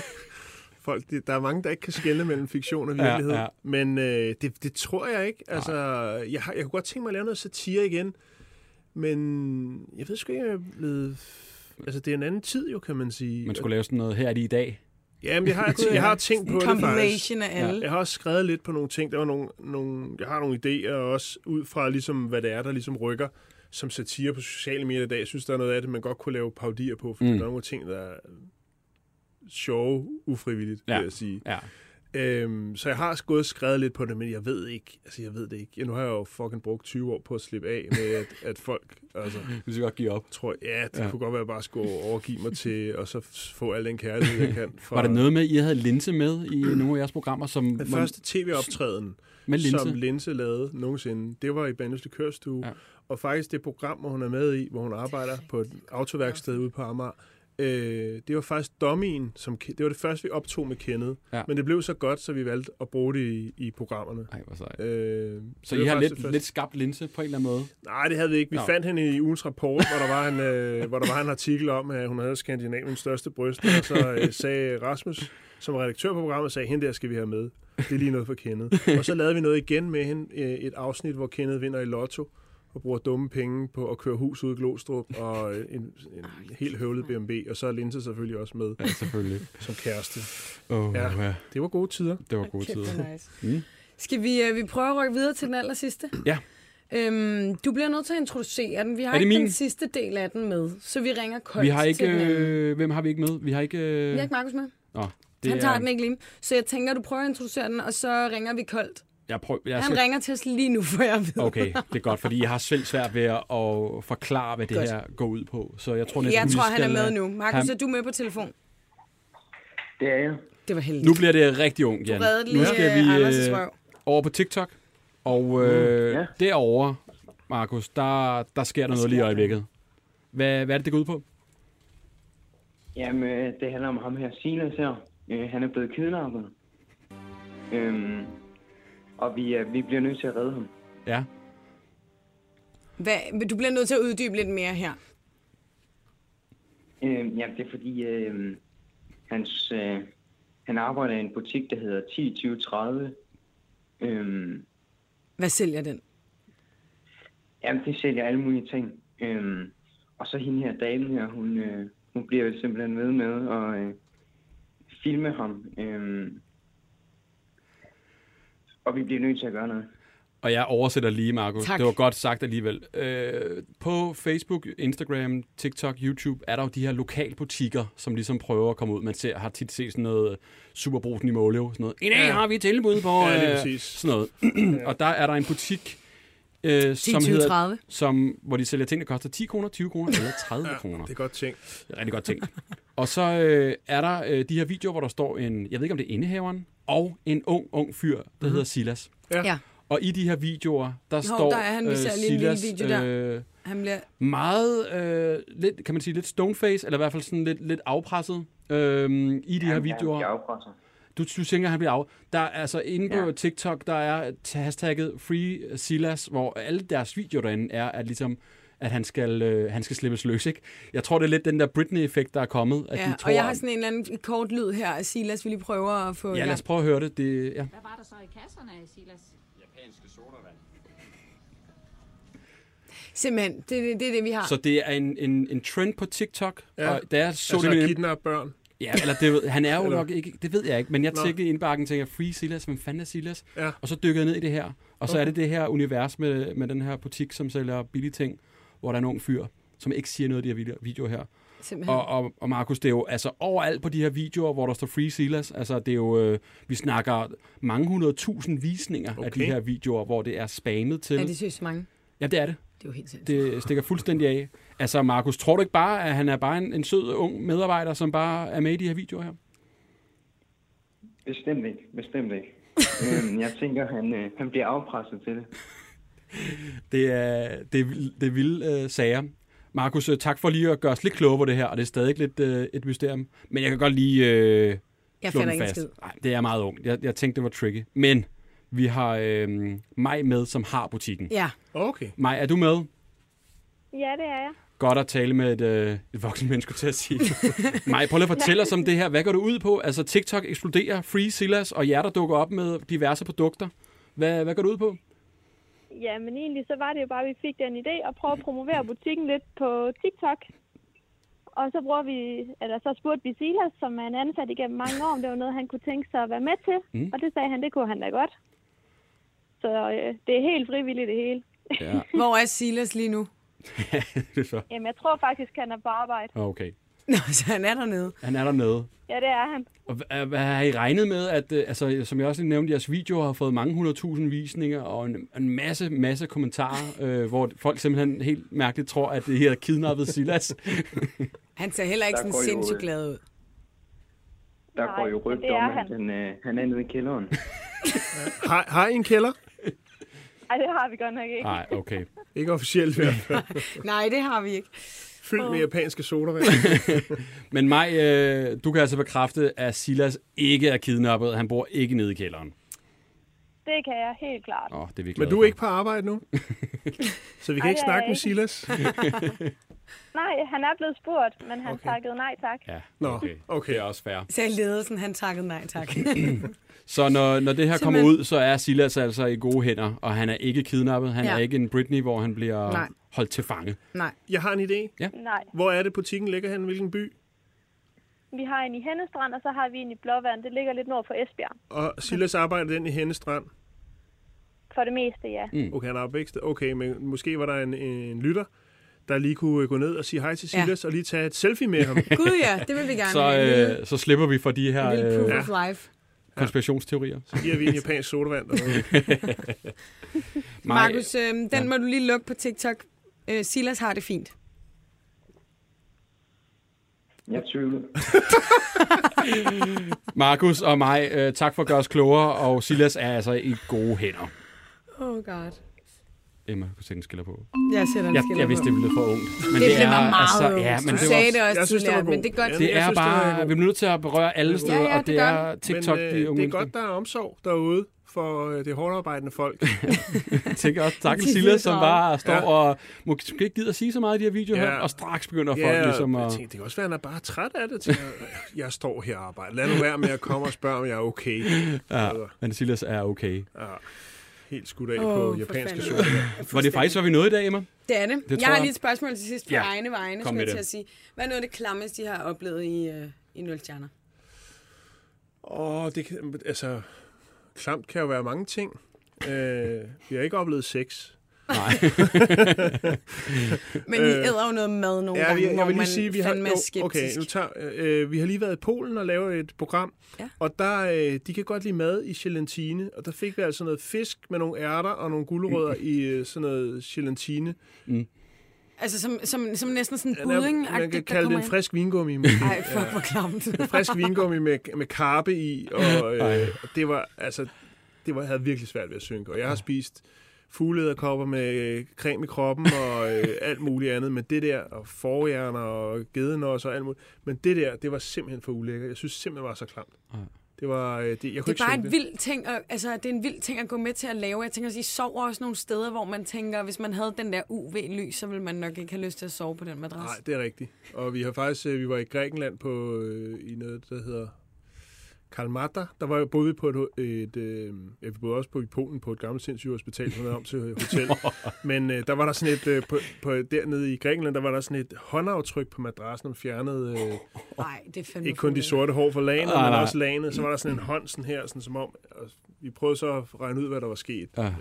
Speaker 3: folk, de, der er mange, der ikke kan skelne mellem fiktion og
Speaker 2: Ja,
Speaker 3: virkelighed. Ja,
Speaker 2: ja.
Speaker 3: ja. Men øh, det, det tror jeg ikke. Altså, jeg, har, jeg kunne godt tænke mig at lave noget satire igen, men jeg ved sgu ikke, om jeg er blevet... Altså, det er en anden tid jo, kan man sige.
Speaker 2: Man skulle lave sådan noget, her er de i dag.
Speaker 3: Jamen, jeg har, jeg har tænkt på
Speaker 1: En
Speaker 3: det faktisk.
Speaker 1: compilation af alle.
Speaker 3: Jeg har også skrevet lidt på nogle ting. Der var nogle, nogle, jeg har nogle idéer også ud fra, ligesom, hvad det er, der ligesom rykker som satire på sociale medier i dag. Jeg synes, der er noget af det, man godt kunne lave paudier på, fordi
Speaker 2: Mm.
Speaker 3: mm. der er nogle ting, der er sjove, ufrivilligt, ja.
Speaker 2: Ja.
Speaker 3: vil jeg sige.
Speaker 2: Ja.
Speaker 3: Øhm, så jeg har også gået og skrevet lidt på det, men jeg ved ikke. Altså, jeg ved det ikke. Ja, nu har jeg jo fucking brugt 20 år på at slippe af med, at, at folk... Altså,
Speaker 2: Vi skal godt give op.
Speaker 3: tror, ja, det
Speaker 2: Ja.
Speaker 3: ja. kunne godt være, at jeg bare skulle overgive mig til, og så f- få al den kærlighed, jeg kan. Fra,
Speaker 2: Var der noget med, at I havde linse med
Speaker 3: [clears throat]
Speaker 2: i nogle af jeres programmer? Som
Speaker 3: Den
Speaker 2: man-
Speaker 3: første tv-optræden,
Speaker 2: med linse?
Speaker 3: som Linse lavede nogensinde, det var i Bandeste Kørestue.
Speaker 2: Ja.
Speaker 3: Ja. Og faktisk det program, hvor hun er med i, hvor hun arbejder på et autoværksted ude på Amager, øh, det var faktisk Dommien, som, Ke- det var det første, vi optog med Kenneth.
Speaker 2: Ja.
Speaker 3: Ja. Men det blev så godt, så vi valgte at bruge det i, i programmerne.
Speaker 2: Ej, hvor sejt.
Speaker 3: Øh,
Speaker 2: Så
Speaker 3: det
Speaker 2: I
Speaker 3: var
Speaker 2: har
Speaker 3: faktisk det
Speaker 2: lidt,
Speaker 3: første-
Speaker 2: lidt skabt linse på en eller anden måde?
Speaker 3: Nej, det havde vi ikke. Vi
Speaker 2: Nå.
Speaker 3: Nå. fandt hende i ugens rapport, hvor der, var en, øh, hvor der var en artikel om, at hun havde Skandinaviens største bryst, og så øh, sagde Rasmus, som var redaktør på programmet, sagde, hende der skal vi have med. Det er lige noget for Kenneth. Og så lavede vi noget igen med hende, øh, et afsnit, hvor Kenneth vinder i lotto og bruger dumme penge på at køre hus ud i Glostrup og øh, en,
Speaker 2: Ah,
Speaker 3: en helt høvlet BMB, og så er Linse selvfølgelig også med
Speaker 2: Ja, selvfølgelig.
Speaker 3: som kæreste.
Speaker 2: Oh,
Speaker 3: Ja.
Speaker 2: ja.
Speaker 3: Det var gode tider.
Speaker 2: Det var gode
Speaker 1: Kæft,
Speaker 2: tider.
Speaker 1: hvor nice.
Speaker 2: Mm.
Speaker 1: Skal vi, øh, vi prøve at rykke videre til den aller sidste?
Speaker 2: Ja.
Speaker 1: Øhm, du bliver nødt til at introducere den. Vi har
Speaker 2: Er det
Speaker 1: ikke
Speaker 2: min?
Speaker 1: den sidste del af den med, så vi ringer koldt
Speaker 2: Vi har ikke...
Speaker 1: til den anden.
Speaker 2: Øh, hvem har vi ikke med? Vi har ikke... Øh,
Speaker 1: Vi har ikke Markus med.
Speaker 2: Nå,
Speaker 1: Det
Speaker 2: det
Speaker 1: han tager
Speaker 2: er,
Speaker 1: den ikke lige. Så jeg tænker, du prøver at introducere den, og så ringer vi koldt.
Speaker 2: Jeg prøver, jeg
Speaker 1: Han
Speaker 2: skal,
Speaker 1: ringer til os lige nu, for jeg ved.
Speaker 2: Okay,
Speaker 1: [laughs]
Speaker 2: det er godt, fordi jeg har selv svært ved at at forklare, hvad det
Speaker 1: Godt.
Speaker 2: her går ud på. Så jeg tror næsten,
Speaker 1: Jeg
Speaker 2: vi
Speaker 1: tror, han
Speaker 2: skal
Speaker 1: er med
Speaker 2: lade-
Speaker 1: nu. Markus,
Speaker 2: Han-
Speaker 1: er du med på telefon?
Speaker 6: Det er jeg.
Speaker 1: Det var heldigt.
Speaker 2: Nu bliver det rigtig ung, Jan.
Speaker 1: redder
Speaker 2: nu
Speaker 1: lige, øh,
Speaker 2: skal
Speaker 1: Anders'
Speaker 2: vi
Speaker 1: røv.
Speaker 2: over på TikTok. Og øh,
Speaker 6: ja.
Speaker 2: derovre, Markus, der, der sker der noget lige i øjeblikket. Hvad, hvad er det, det går ud på?
Speaker 6: Jamen, øh, det handler om ham her, Silas her. Øh, han er blevet kidnappet. Øhm, og vi, øh, vi bliver nødt til at redde ham.
Speaker 2: Ja.
Speaker 1: Hvad, du bliver nødt til at uddybe lidt mere her.
Speaker 6: Øhm, jamen, det er fordi, øh, hans, øh, han arbejder i en butik, der hedder 10 20 30. Øhm,
Speaker 1: Hvad sælger den?
Speaker 6: jamen, det sælger alle mulige ting. Øhm, og så hende her damen her, hun, øh, hun bliver jo simpelthen ved med at øh, filme ham. Øhm, og vi bliver nødt til at gøre noget.
Speaker 2: Og jeg oversætter lige, Markus.
Speaker 1: Tak.
Speaker 2: Det var godt sagt alligevel. Øh, på Facebook, Instagram, TikTok, YouTube er der jo de her lokalbutikker, som ligesom prøver at komme ud. Man ser, har tit set sådan noget øh, superbrusen i Måløv. Sådan noget. I dag
Speaker 3: Ja.
Speaker 2: har vi et tilbud på...
Speaker 3: Ja, lige
Speaker 2: øh,
Speaker 3: præcis.
Speaker 2: Sådan noget. [clears throat] og der er der en butik, øh, som
Speaker 1: 20, 30.
Speaker 2: hedder, som, hvor de sælger ting, der koster 10 kroner, 20 kroner eller 30 kroner.
Speaker 3: Det er godt ting.
Speaker 2: Det er rigtig godt tænkt. og så øh, er der øh, de her videoer, hvor der står en, jeg ved ikke om det er indehaveren, og en ung, ung fyr, der mm-hmm. hedder Silas.
Speaker 1: Ja.
Speaker 2: Og i de her videoer, der jo, står øh,
Speaker 1: der er han. Vi ser lige en lille
Speaker 2: Silas
Speaker 1: video der.
Speaker 2: Øh,
Speaker 1: Han bliver...
Speaker 2: meget, øh, lidt, kan man sige, lidt stoneface, eller i hvert fald sådan lidt, lidt afpresset øh, i de her videoer.
Speaker 7: Jeg afpresser.
Speaker 2: Du, du tænker, han bliver af. Der er altså inde på ja. TikTok, der er t- hashtagget Free Silas, hvor alle deres videoer derinde er, at ligesom at han skal, øh, han skal slippes løs, ikke? Jeg tror, det er lidt den der Britney-effekt, der er kommet. At
Speaker 1: Ja,
Speaker 2: de tror,
Speaker 1: og jeg har sådan en eller anden kort lyd her af Silas, vi lige prøver at få... i
Speaker 2: Ja, lad
Speaker 1: gang.
Speaker 2: os prøve at høre det. det
Speaker 8: Hvad
Speaker 2: ja.
Speaker 8: var der så i kasserne, Silas?
Speaker 1: Simpelthen, det er det, det, er det, vi har.
Speaker 2: Så det er en, en, en trend på TikTok. Ja.
Speaker 3: Ja.
Speaker 2: Og da jeg så
Speaker 3: Altså
Speaker 2: det... med-
Speaker 3: at kidnappe børn.
Speaker 2: Ja, eller det, ved- han er jo
Speaker 3: Eller-
Speaker 2: nok ikke... Det ved jeg ikke, men jeg
Speaker 3: Nå.
Speaker 2: tjekkede i indbakken og tænkte, Free Silas, hvem fanden er Silas?
Speaker 3: Ja.
Speaker 2: Og så dykkede jeg ned i det her. Og så er det det her univers med, med den her butik, som sælger billige ting, hvor der er en ung fyr, som ikke siger noget af de her video- videoer her.
Speaker 1: Simpelthen.
Speaker 2: Og, og, og Markus, det er jo altså overalt på de her videoer, hvor der står Free Silas. Altså, det er jo, øh, vi snakker mange hundrede tusind visninger okay. af de
Speaker 3: Okay.
Speaker 2: her videoer, hvor det er spammet til.
Speaker 1: Ja, det synes mange.
Speaker 2: ja, det er det.
Speaker 1: Det er jo helt sindssygt.
Speaker 2: Det stikker fuldstændig af. Altså, Markus, tror du ikke bare, at han er bare en, en sød, ung medarbejder, som bare er med i de her videoer her?
Speaker 7: Bestemt ikke. Bestemt ikke. øhm, jeg tænker, han, øh, han bliver afpresset til det.
Speaker 2: Det er, det er, vild- det er vilde øh, sager. Markus, øh, tak for lige at gøre os lidt klogere på det her, og det er stadig lidt øh, et mysterium. Men jeg kan godt lige øh,
Speaker 1: Jeg
Speaker 2: slå
Speaker 1: fatter
Speaker 2: den
Speaker 1: ingen
Speaker 2: fast.
Speaker 1: skid.
Speaker 2: Nej, det er meget ungt. Jeg, jeg tænkte, det var tricky. Men vi har øh, mig med, som har butikken. Ja.
Speaker 1: Ja,
Speaker 3: Okay.
Speaker 2: Maj, er du med?
Speaker 4: Ja, det er jeg.
Speaker 2: Godt at tale med et, øh, et voksen menneske, skulle
Speaker 1: [laughs]
Speaker 2: jeg til at sige. Maj, prøv lige at fortælle os om det her. Hvad går du ud på? Altså, TikTok eksploderer, Free Silas og jer, der dukker op med diverse produkter. Hvad, hvad går du ud på?
Speaker 4: Ja, men egentlig så var det jo bare, at vi fik den idé at prøve at promovere butikken lidt på TikTok. Og så, bruger vi, eller så spurgte vi Silas, som er en ansat igennem mange år, om det var noget, han kunne tænke sig at være med til. Mm. Og det sagde han, det kunne han da godt. Så øh, det er helt frivilligt det hele.
Speaker 2: Ja,
Speaker 1: hvor er Silas lige nu? [laughs]
Speaker 2: [laughs] det er så.
Speaker 4: Jamen, jeg tror faktisk, han er på arbejde.
Speaker 2: Okay.
Speaker 1: Nå, så han er dernede.
Speaker 2: Han er dernede.
Speaker 4: Ja, det er han.
Speaker 2: Og hvad, hvad har I regnet med, at, øh, altså, som jeg også lige nævnte, jeres videoer har fået mange hundredtusind visninger og en, en masse, masse kommentarer, øh, hvor folk simpelthen helt mærkeligt tror, at det her kidnappet Silas.
Speaker 1: Han ser heller ikke
Speaker 7: Der
Speaker 1: sådan
Speaker 7: går jo,
Speaker 1: sindssygt
Speaker 7: øh,
Speaker 1: glad ud.
Speaker 7: Der
Speaker 4: [laughs] Nej,
Speaker 7: går jo
Speaker 4: men
Speaker 7: rygter
Speaker 4: det er
Speaker 7: om, at
Speaker 4: han.
Speaker 7: han, øh, han er nede i kælderen.
Speaker 3: Har, har I en kælder?
Speaker 4: Ej, det har vi godt nok ikke.
Speaker 2: [laughs] Nej, okay.
Speaker 3: Ikke officielt i hvert fald.
Speaker 1: Nej, det har vi ikke.
Speaker 3: Fyldt med japanske sodavand.
Speaker 2: Men mig, øh, du kan altså bekræfte, at Silas ikke er kidnappet. Han bor ikke nede i kælderen.
Speaker 4: Det kan jeg helt klart.
Speaker 2: Åh, det er vi
Speaker 3: Men
Speaker 2: glade
Speaker 3: du
Speaker 2: for.
Speaker 3: er ikke på arbejde nu? Så vi kan
Speaker 4: Ej,
Speaker 3: ikke
Speaker 4: det er
Speaker 3: snakke
Speaker 4: jeg
Speaker 3: med
Speaker 4: ikke.
Speaker 3: Silas?
Speaker 4: Nej, han er blevet spurgt, men han
Speaker 3: Okay.
Speaker 4: okay. takkede nej tak.
Speaker 2: Ja,
Speaker 3: Nå,
Speaker 2: okay.
Speaker 3: okay.
Speaker 2: Det er også fair.
Speaker 1: Selv ledelsen, han takkede nej tak.
Speaker 2: Så når, når det her kommer
Speaker 1: Simpelthen.
Speaker 2: ud, så er Silas altså i gode hænder, og han er ikke kidnappet. Han
Speaker 1: Ja.
Speaker 2: er ikke en Britney, hvor han bliver
Speaker 1: Nej.
Speaker 2: holdt til fange.
Speaker 1: [laughs] nej.
Speaker 3: Jeg har en idé.
Speaker 4: Nej,
Speaker 3: Hvor er det, butikken ligger hen? Hvilken by?
Speaker 4: vi har en i Hennestrand, og så har vi en i Blåvand. Det ligger lidt nord for Esbjerg.
Speaker 3: Og Silas arbejder den i Hennestrand.
Speaker 4: For det meste, ja.
Speaker 3: Okay, han er opvækstet. Okay, men måske var der en, en lytter, der lige kunne øh, gå ned og sige hej til
Speaker 1: Ja.
Speaker 3: Silas, ja. og lige tage et selfie med ham.
Speaker 1: Gud ja, det vil vi gerne
Speaker 2: Så,
Speaker 1: have. En lille,
Speaker 2: øh, så slipper vi for de
Speaker 1: en
Speaker 2: her
Speaker 1: lille proof
Speaker 2: øh,
Speaker 1: of life.
Speaker 2: konspirationsteorier.
Speaker 3: Giver vi en japansk sodavand. derude.
Speaker 2: Maj,
Speaker 1: Markus, øh, den må du lige lukke på TikTok. Øh, Silas har det fint.
Speaker 7: Jeg tvivler.
Speaker 2: Markus og mig, øh, tak for at gøre os klogere, og Silas er altså i gode hænder.
Speaker 1: Oh god.
Speaker 2: Emma kunne sætte en skiller på.
Speaker 1: Jeg sætter en
Speaker 2: Jeg,
Speaker 1: skiller
Speaker 2: jeg vidste,
Speaker 1: på.
Speaker 2: det ville lyde for ungt. Men
Speaker 1: det, blev mig meget altså,
Speaker 2: ja, men
Speaker 1: Du
Speaker 2: det,
Speaker 1: sagde det
Speaker 2: var,
Speaker 1: også
Speaker 3: Jeg synes, det var
Speaker 1: tidligere, men
Speaker 3: god.
Speaker 1: det er godt.
Speaker 3: Ja,
Speaker 1: Ja,
Speaker 3: det-
Speaker 2: det
Speaker 3: Jeg
Speaker 2: er
Speaker 3: synes, det
Speaker 2: bare,
Speaker 3: var
Speaker 2: vi er nødt til at berøre alle steder,
Speaker 1: ja,
Speaker 2: og
Speaker 1: det
Speaker 2: det
Speaker 1: gør
Speaker 2: er TikTok,
Speaker 3: men
Speaker 2: de
Speaker 3: øh,
Speaker 2: unge
Speaker 3: det er
Speaker 2: [laughs]
Speaker 3: godt, der er omsorg derude for øh, det hårdt arbejdende folk.
Speaker 2: Jeg tænker også, tak til
Speaker 1: De
Speaker 2: Silas, som
Speaker 1: sidder
Speaker 2: bare står
Speaker 3: Ja.
Speaker 2: og måske ikke gider at sige så meget i de her videoer
Speaker 3: Ja.
Speaker 2: her, og straks begynder folk ligesom
Speaker 3: jeg
Speaker 2: at...
Speaker 3: tænkte, det kan også være, at han er bare træt af det. Tænker, jeg, jeg står her og arbejder. Lad nu være med at komme og spørge, om jeg er okay. Ja.
Speaker 2: Men Silas er okay.
Speaker 3: Helt skudt af
Speaker 1: Åh,
Speaker 3: oh, på
Speaker 1: for
Speaker 3: japanske
Speaker 1: fanden.
Speaker 3: sodavand.
Speaker 2: Var det faktisk, hvad vi nåede i dag, Emma?
Speaker 1: det er det.
Speaker 2: tror
Speaker 1: Jeg har
Speaker 2: jeg.
Speaker 1: lige et spørgsmål til sidst på
Speaker 2: Ja,
Speaker 1: egne vegne,
Speaker 2: kom
Speaker 1: skal
Speaker 2: med
Speaker 1: jeg til
Speaker 2: det.
Speaker 1: at sige. Hvad er noget af det klammeste, de har oplevet i, øh, i Nul Stjerner?
Speaker 3: Åh, det kan, altså, klamt kan jo være mange ting. Øh, vi har ikke oplevet sex.
Speaker 1: Men I æder jo noget mad nogle gange,
Speaker 3: vi,
Speaker 1: hvor
Speaker 3: Øh, jeg vil lige
Speaker 1: man
Speaker 3: sige, vi har,
Speaker 1: fandme er
Speaker 3: jo, okay,
Speaker 1: skeptisk.
Speaker 3: nu tager, øh, vi har lige været i Polen og lavet et program,
Speaker 1: Ja.
Speaker 3: og der, øh, de kan godt lide mad i gelantine, og der fik vi altså noget fisk med nogle ærter og nogle gulerødder i øh, sådan noget gelantine.
Speaker 1: Altså som, som, som næsten sådan en budding
Speaker 3: Man kan kalde det en frisk vingummi. men-
Speaker 1: Ej, fuck, hvor
Speaker 3: [laughs]
Speaker 1: klamt.
Speaker 3: frisk vingummi med, med karpe i, og øh, og det var, altså, det var, jeg havde virkelig svært ved at synke. Og jeg har spist fuglederkopper med øh, creme i kroppen og øh, alt muligt andet, men det der, og forhjerner og gedenos og alt muligt, men det der, det var simpelthen for ulækkert. Jeg synes simpelthen, det var så klamt. Det var, øh, det, jeg kunne
Speaker 1: Det er
Speaker 3: ikke
Speaker 1: bare
Speaker 3: synke
Speaker 1: en vild ting, at, altså, det er en vild ting at gå med til at lave. Jeg tænker også, I sover også nogle steder, hvor man tænker, hvis man havde den der UV-lys, så ville man nok ikke have lyst til at sove på den madras.
Speaker 3: Nej, det er rigtigt. Og vi har faktisk, øh, vi var i Grækenland på, øh, i noget, der hedder Kalmata. Der var jo boede vi på et, et øh, ja, vi boede også på i Polen på et gammelt sindssygt hospital, som er om til øh, hotel. Men øh, der var der sådan et, øh, på, på, dernede i Grækenland, der var der sådan et håndaftryk på madrassen, og fjernede øh,
Speaker 1: Nej, det er fandme
Speaker 3: ikke kun de
Speaker 1: fornemt.
Speaker 3: sorte hår fra lagene,
Speaker 2: Nej,
Speaker 3: men
Speaker 2: nej.
Speaker 3: også lagene. Så var der sådan en hånd sådan her, sådan som om... Og vi prøvede så at regne ud, hvad der var sket.
Speaker 2: Ja.
Speaker 3: Øh,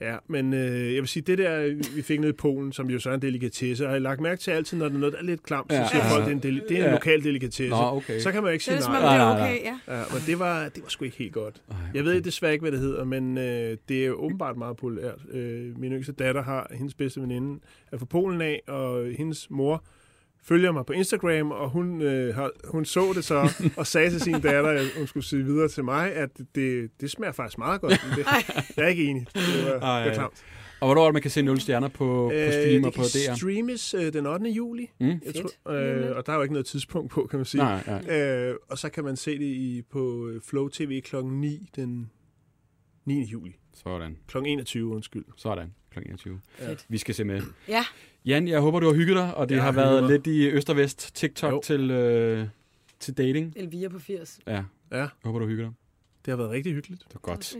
Speaker 3: ja men øh, jeg vil sige, det der, vi fik ned i Polen, som jo så er en delikatesse, og jeg har lagt mærke til altid, når der er noget, der er lidt klamt, så
Speaker 2: Ja,
Speaker 3: siger
Speaker 2: ja.
Speaker 3: folk, det er en, deli- det er en
Speaker 2: Ja.
Speaker 3: lokal delikatesse.
Speaker 2: Nå, okay.
Speaker 3: Så kan man jo ikke
Speaker 1: Så er
Speaker 3: sige
Speaker 1: det
Speaker 3: nej.
Speaker 1: som om, det er
Speaker 2: Nej, nej, nej.
Speaker 1: okay, ja.
Speaker 3: Ja, men det var, det var sgu ikke helt godt.
Speaker 2: Ej, okay.
Speaker 3: Jeg ved desværre ikke, hvad det hedder, men øh, det er jo åbenbart meget populært. Øh, min yngste datter har, hendes bedste veninde er fra Polen af, og hendes mor følger mig på Instagram, og hun, øh, har, hun så det
Speaker 2: [laughs]
Speaker 3: så, og sagde til sin datter, at hun skulle sige videre til mig, at det, det smager faktisk meget godt.
Speaker 2: [laughs]
Speaker 3: Men det, jeg er ikke enig. Det var,
Speaker 2: Ej.
Speaker 3: det var klamt. Øh,
Speaker 2: Og hvornår er det, man kan se 0 stjerner på, på stream og
Speaker 3: det
Speaker 2: på
Speaker 3: kan
Speaker 2: DR?
Speaker 3: streames øh, den 8. juli,
Speaker 2: Mm.
Speaker 3: jeg
Speaker 1: Fedt.
Speaker 3: tror, øh, og der er jo ikke noget tidspunkt på, kan man sige.
Speaker 2: Nej, nej.
Speaker 3: Øh, og så kan man se det i, på øh, Flow TV kl. 9 den 9. juli.
Speaker 2: Sådan.
Speaker 3: Kl. 21, undskyld.
Speaker 2: Sådan. Kl. 21.
Speaker 1: Fedt.
Speaker 2: Vi skal se med.
Speaker 1: Ja,
Speaker 2: Jan, jeg håber, du har hygget dig, og det
Speaker 3: Jeg
Speaker 2: har
Speaker 3: har
Speaker 2: været
Speaker 3: hygget mig.
Speaker 2: lidt i øst og vest TikTok
Speaker 3: Jo.
Speaker 2: til, øh, til dating.
Speaker 1: Elvira på 80.
Speaker 2: Ja,
Speaker 3: Ja,
Speaker 2: jeg håber, du hygger dig.
Speaker 3: det har været rigtig hyggeligt.
Speaker 2: Det var godt.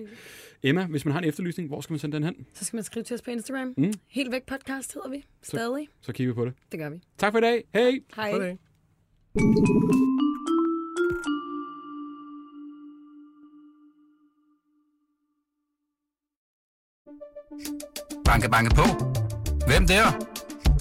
Speaker 2: Emma, hvis man har en efterlysning, hvor skal man sende den hen?
Speaker 1: Så skal man skrive til os på Instagram.
Speaker 2: Mm.
Speaker 1: Helt væk podcast hedder vi. Stadig.
Speaker 2: Så kigger vi på det.
Speaker 1: Det gør vi.
Speaker 2: Tak for i dag. Hej!
Speaker 1: Hej.
Speaker 3: Goddag.
Speaker 9: Banke, banke på. Hvem der? Det,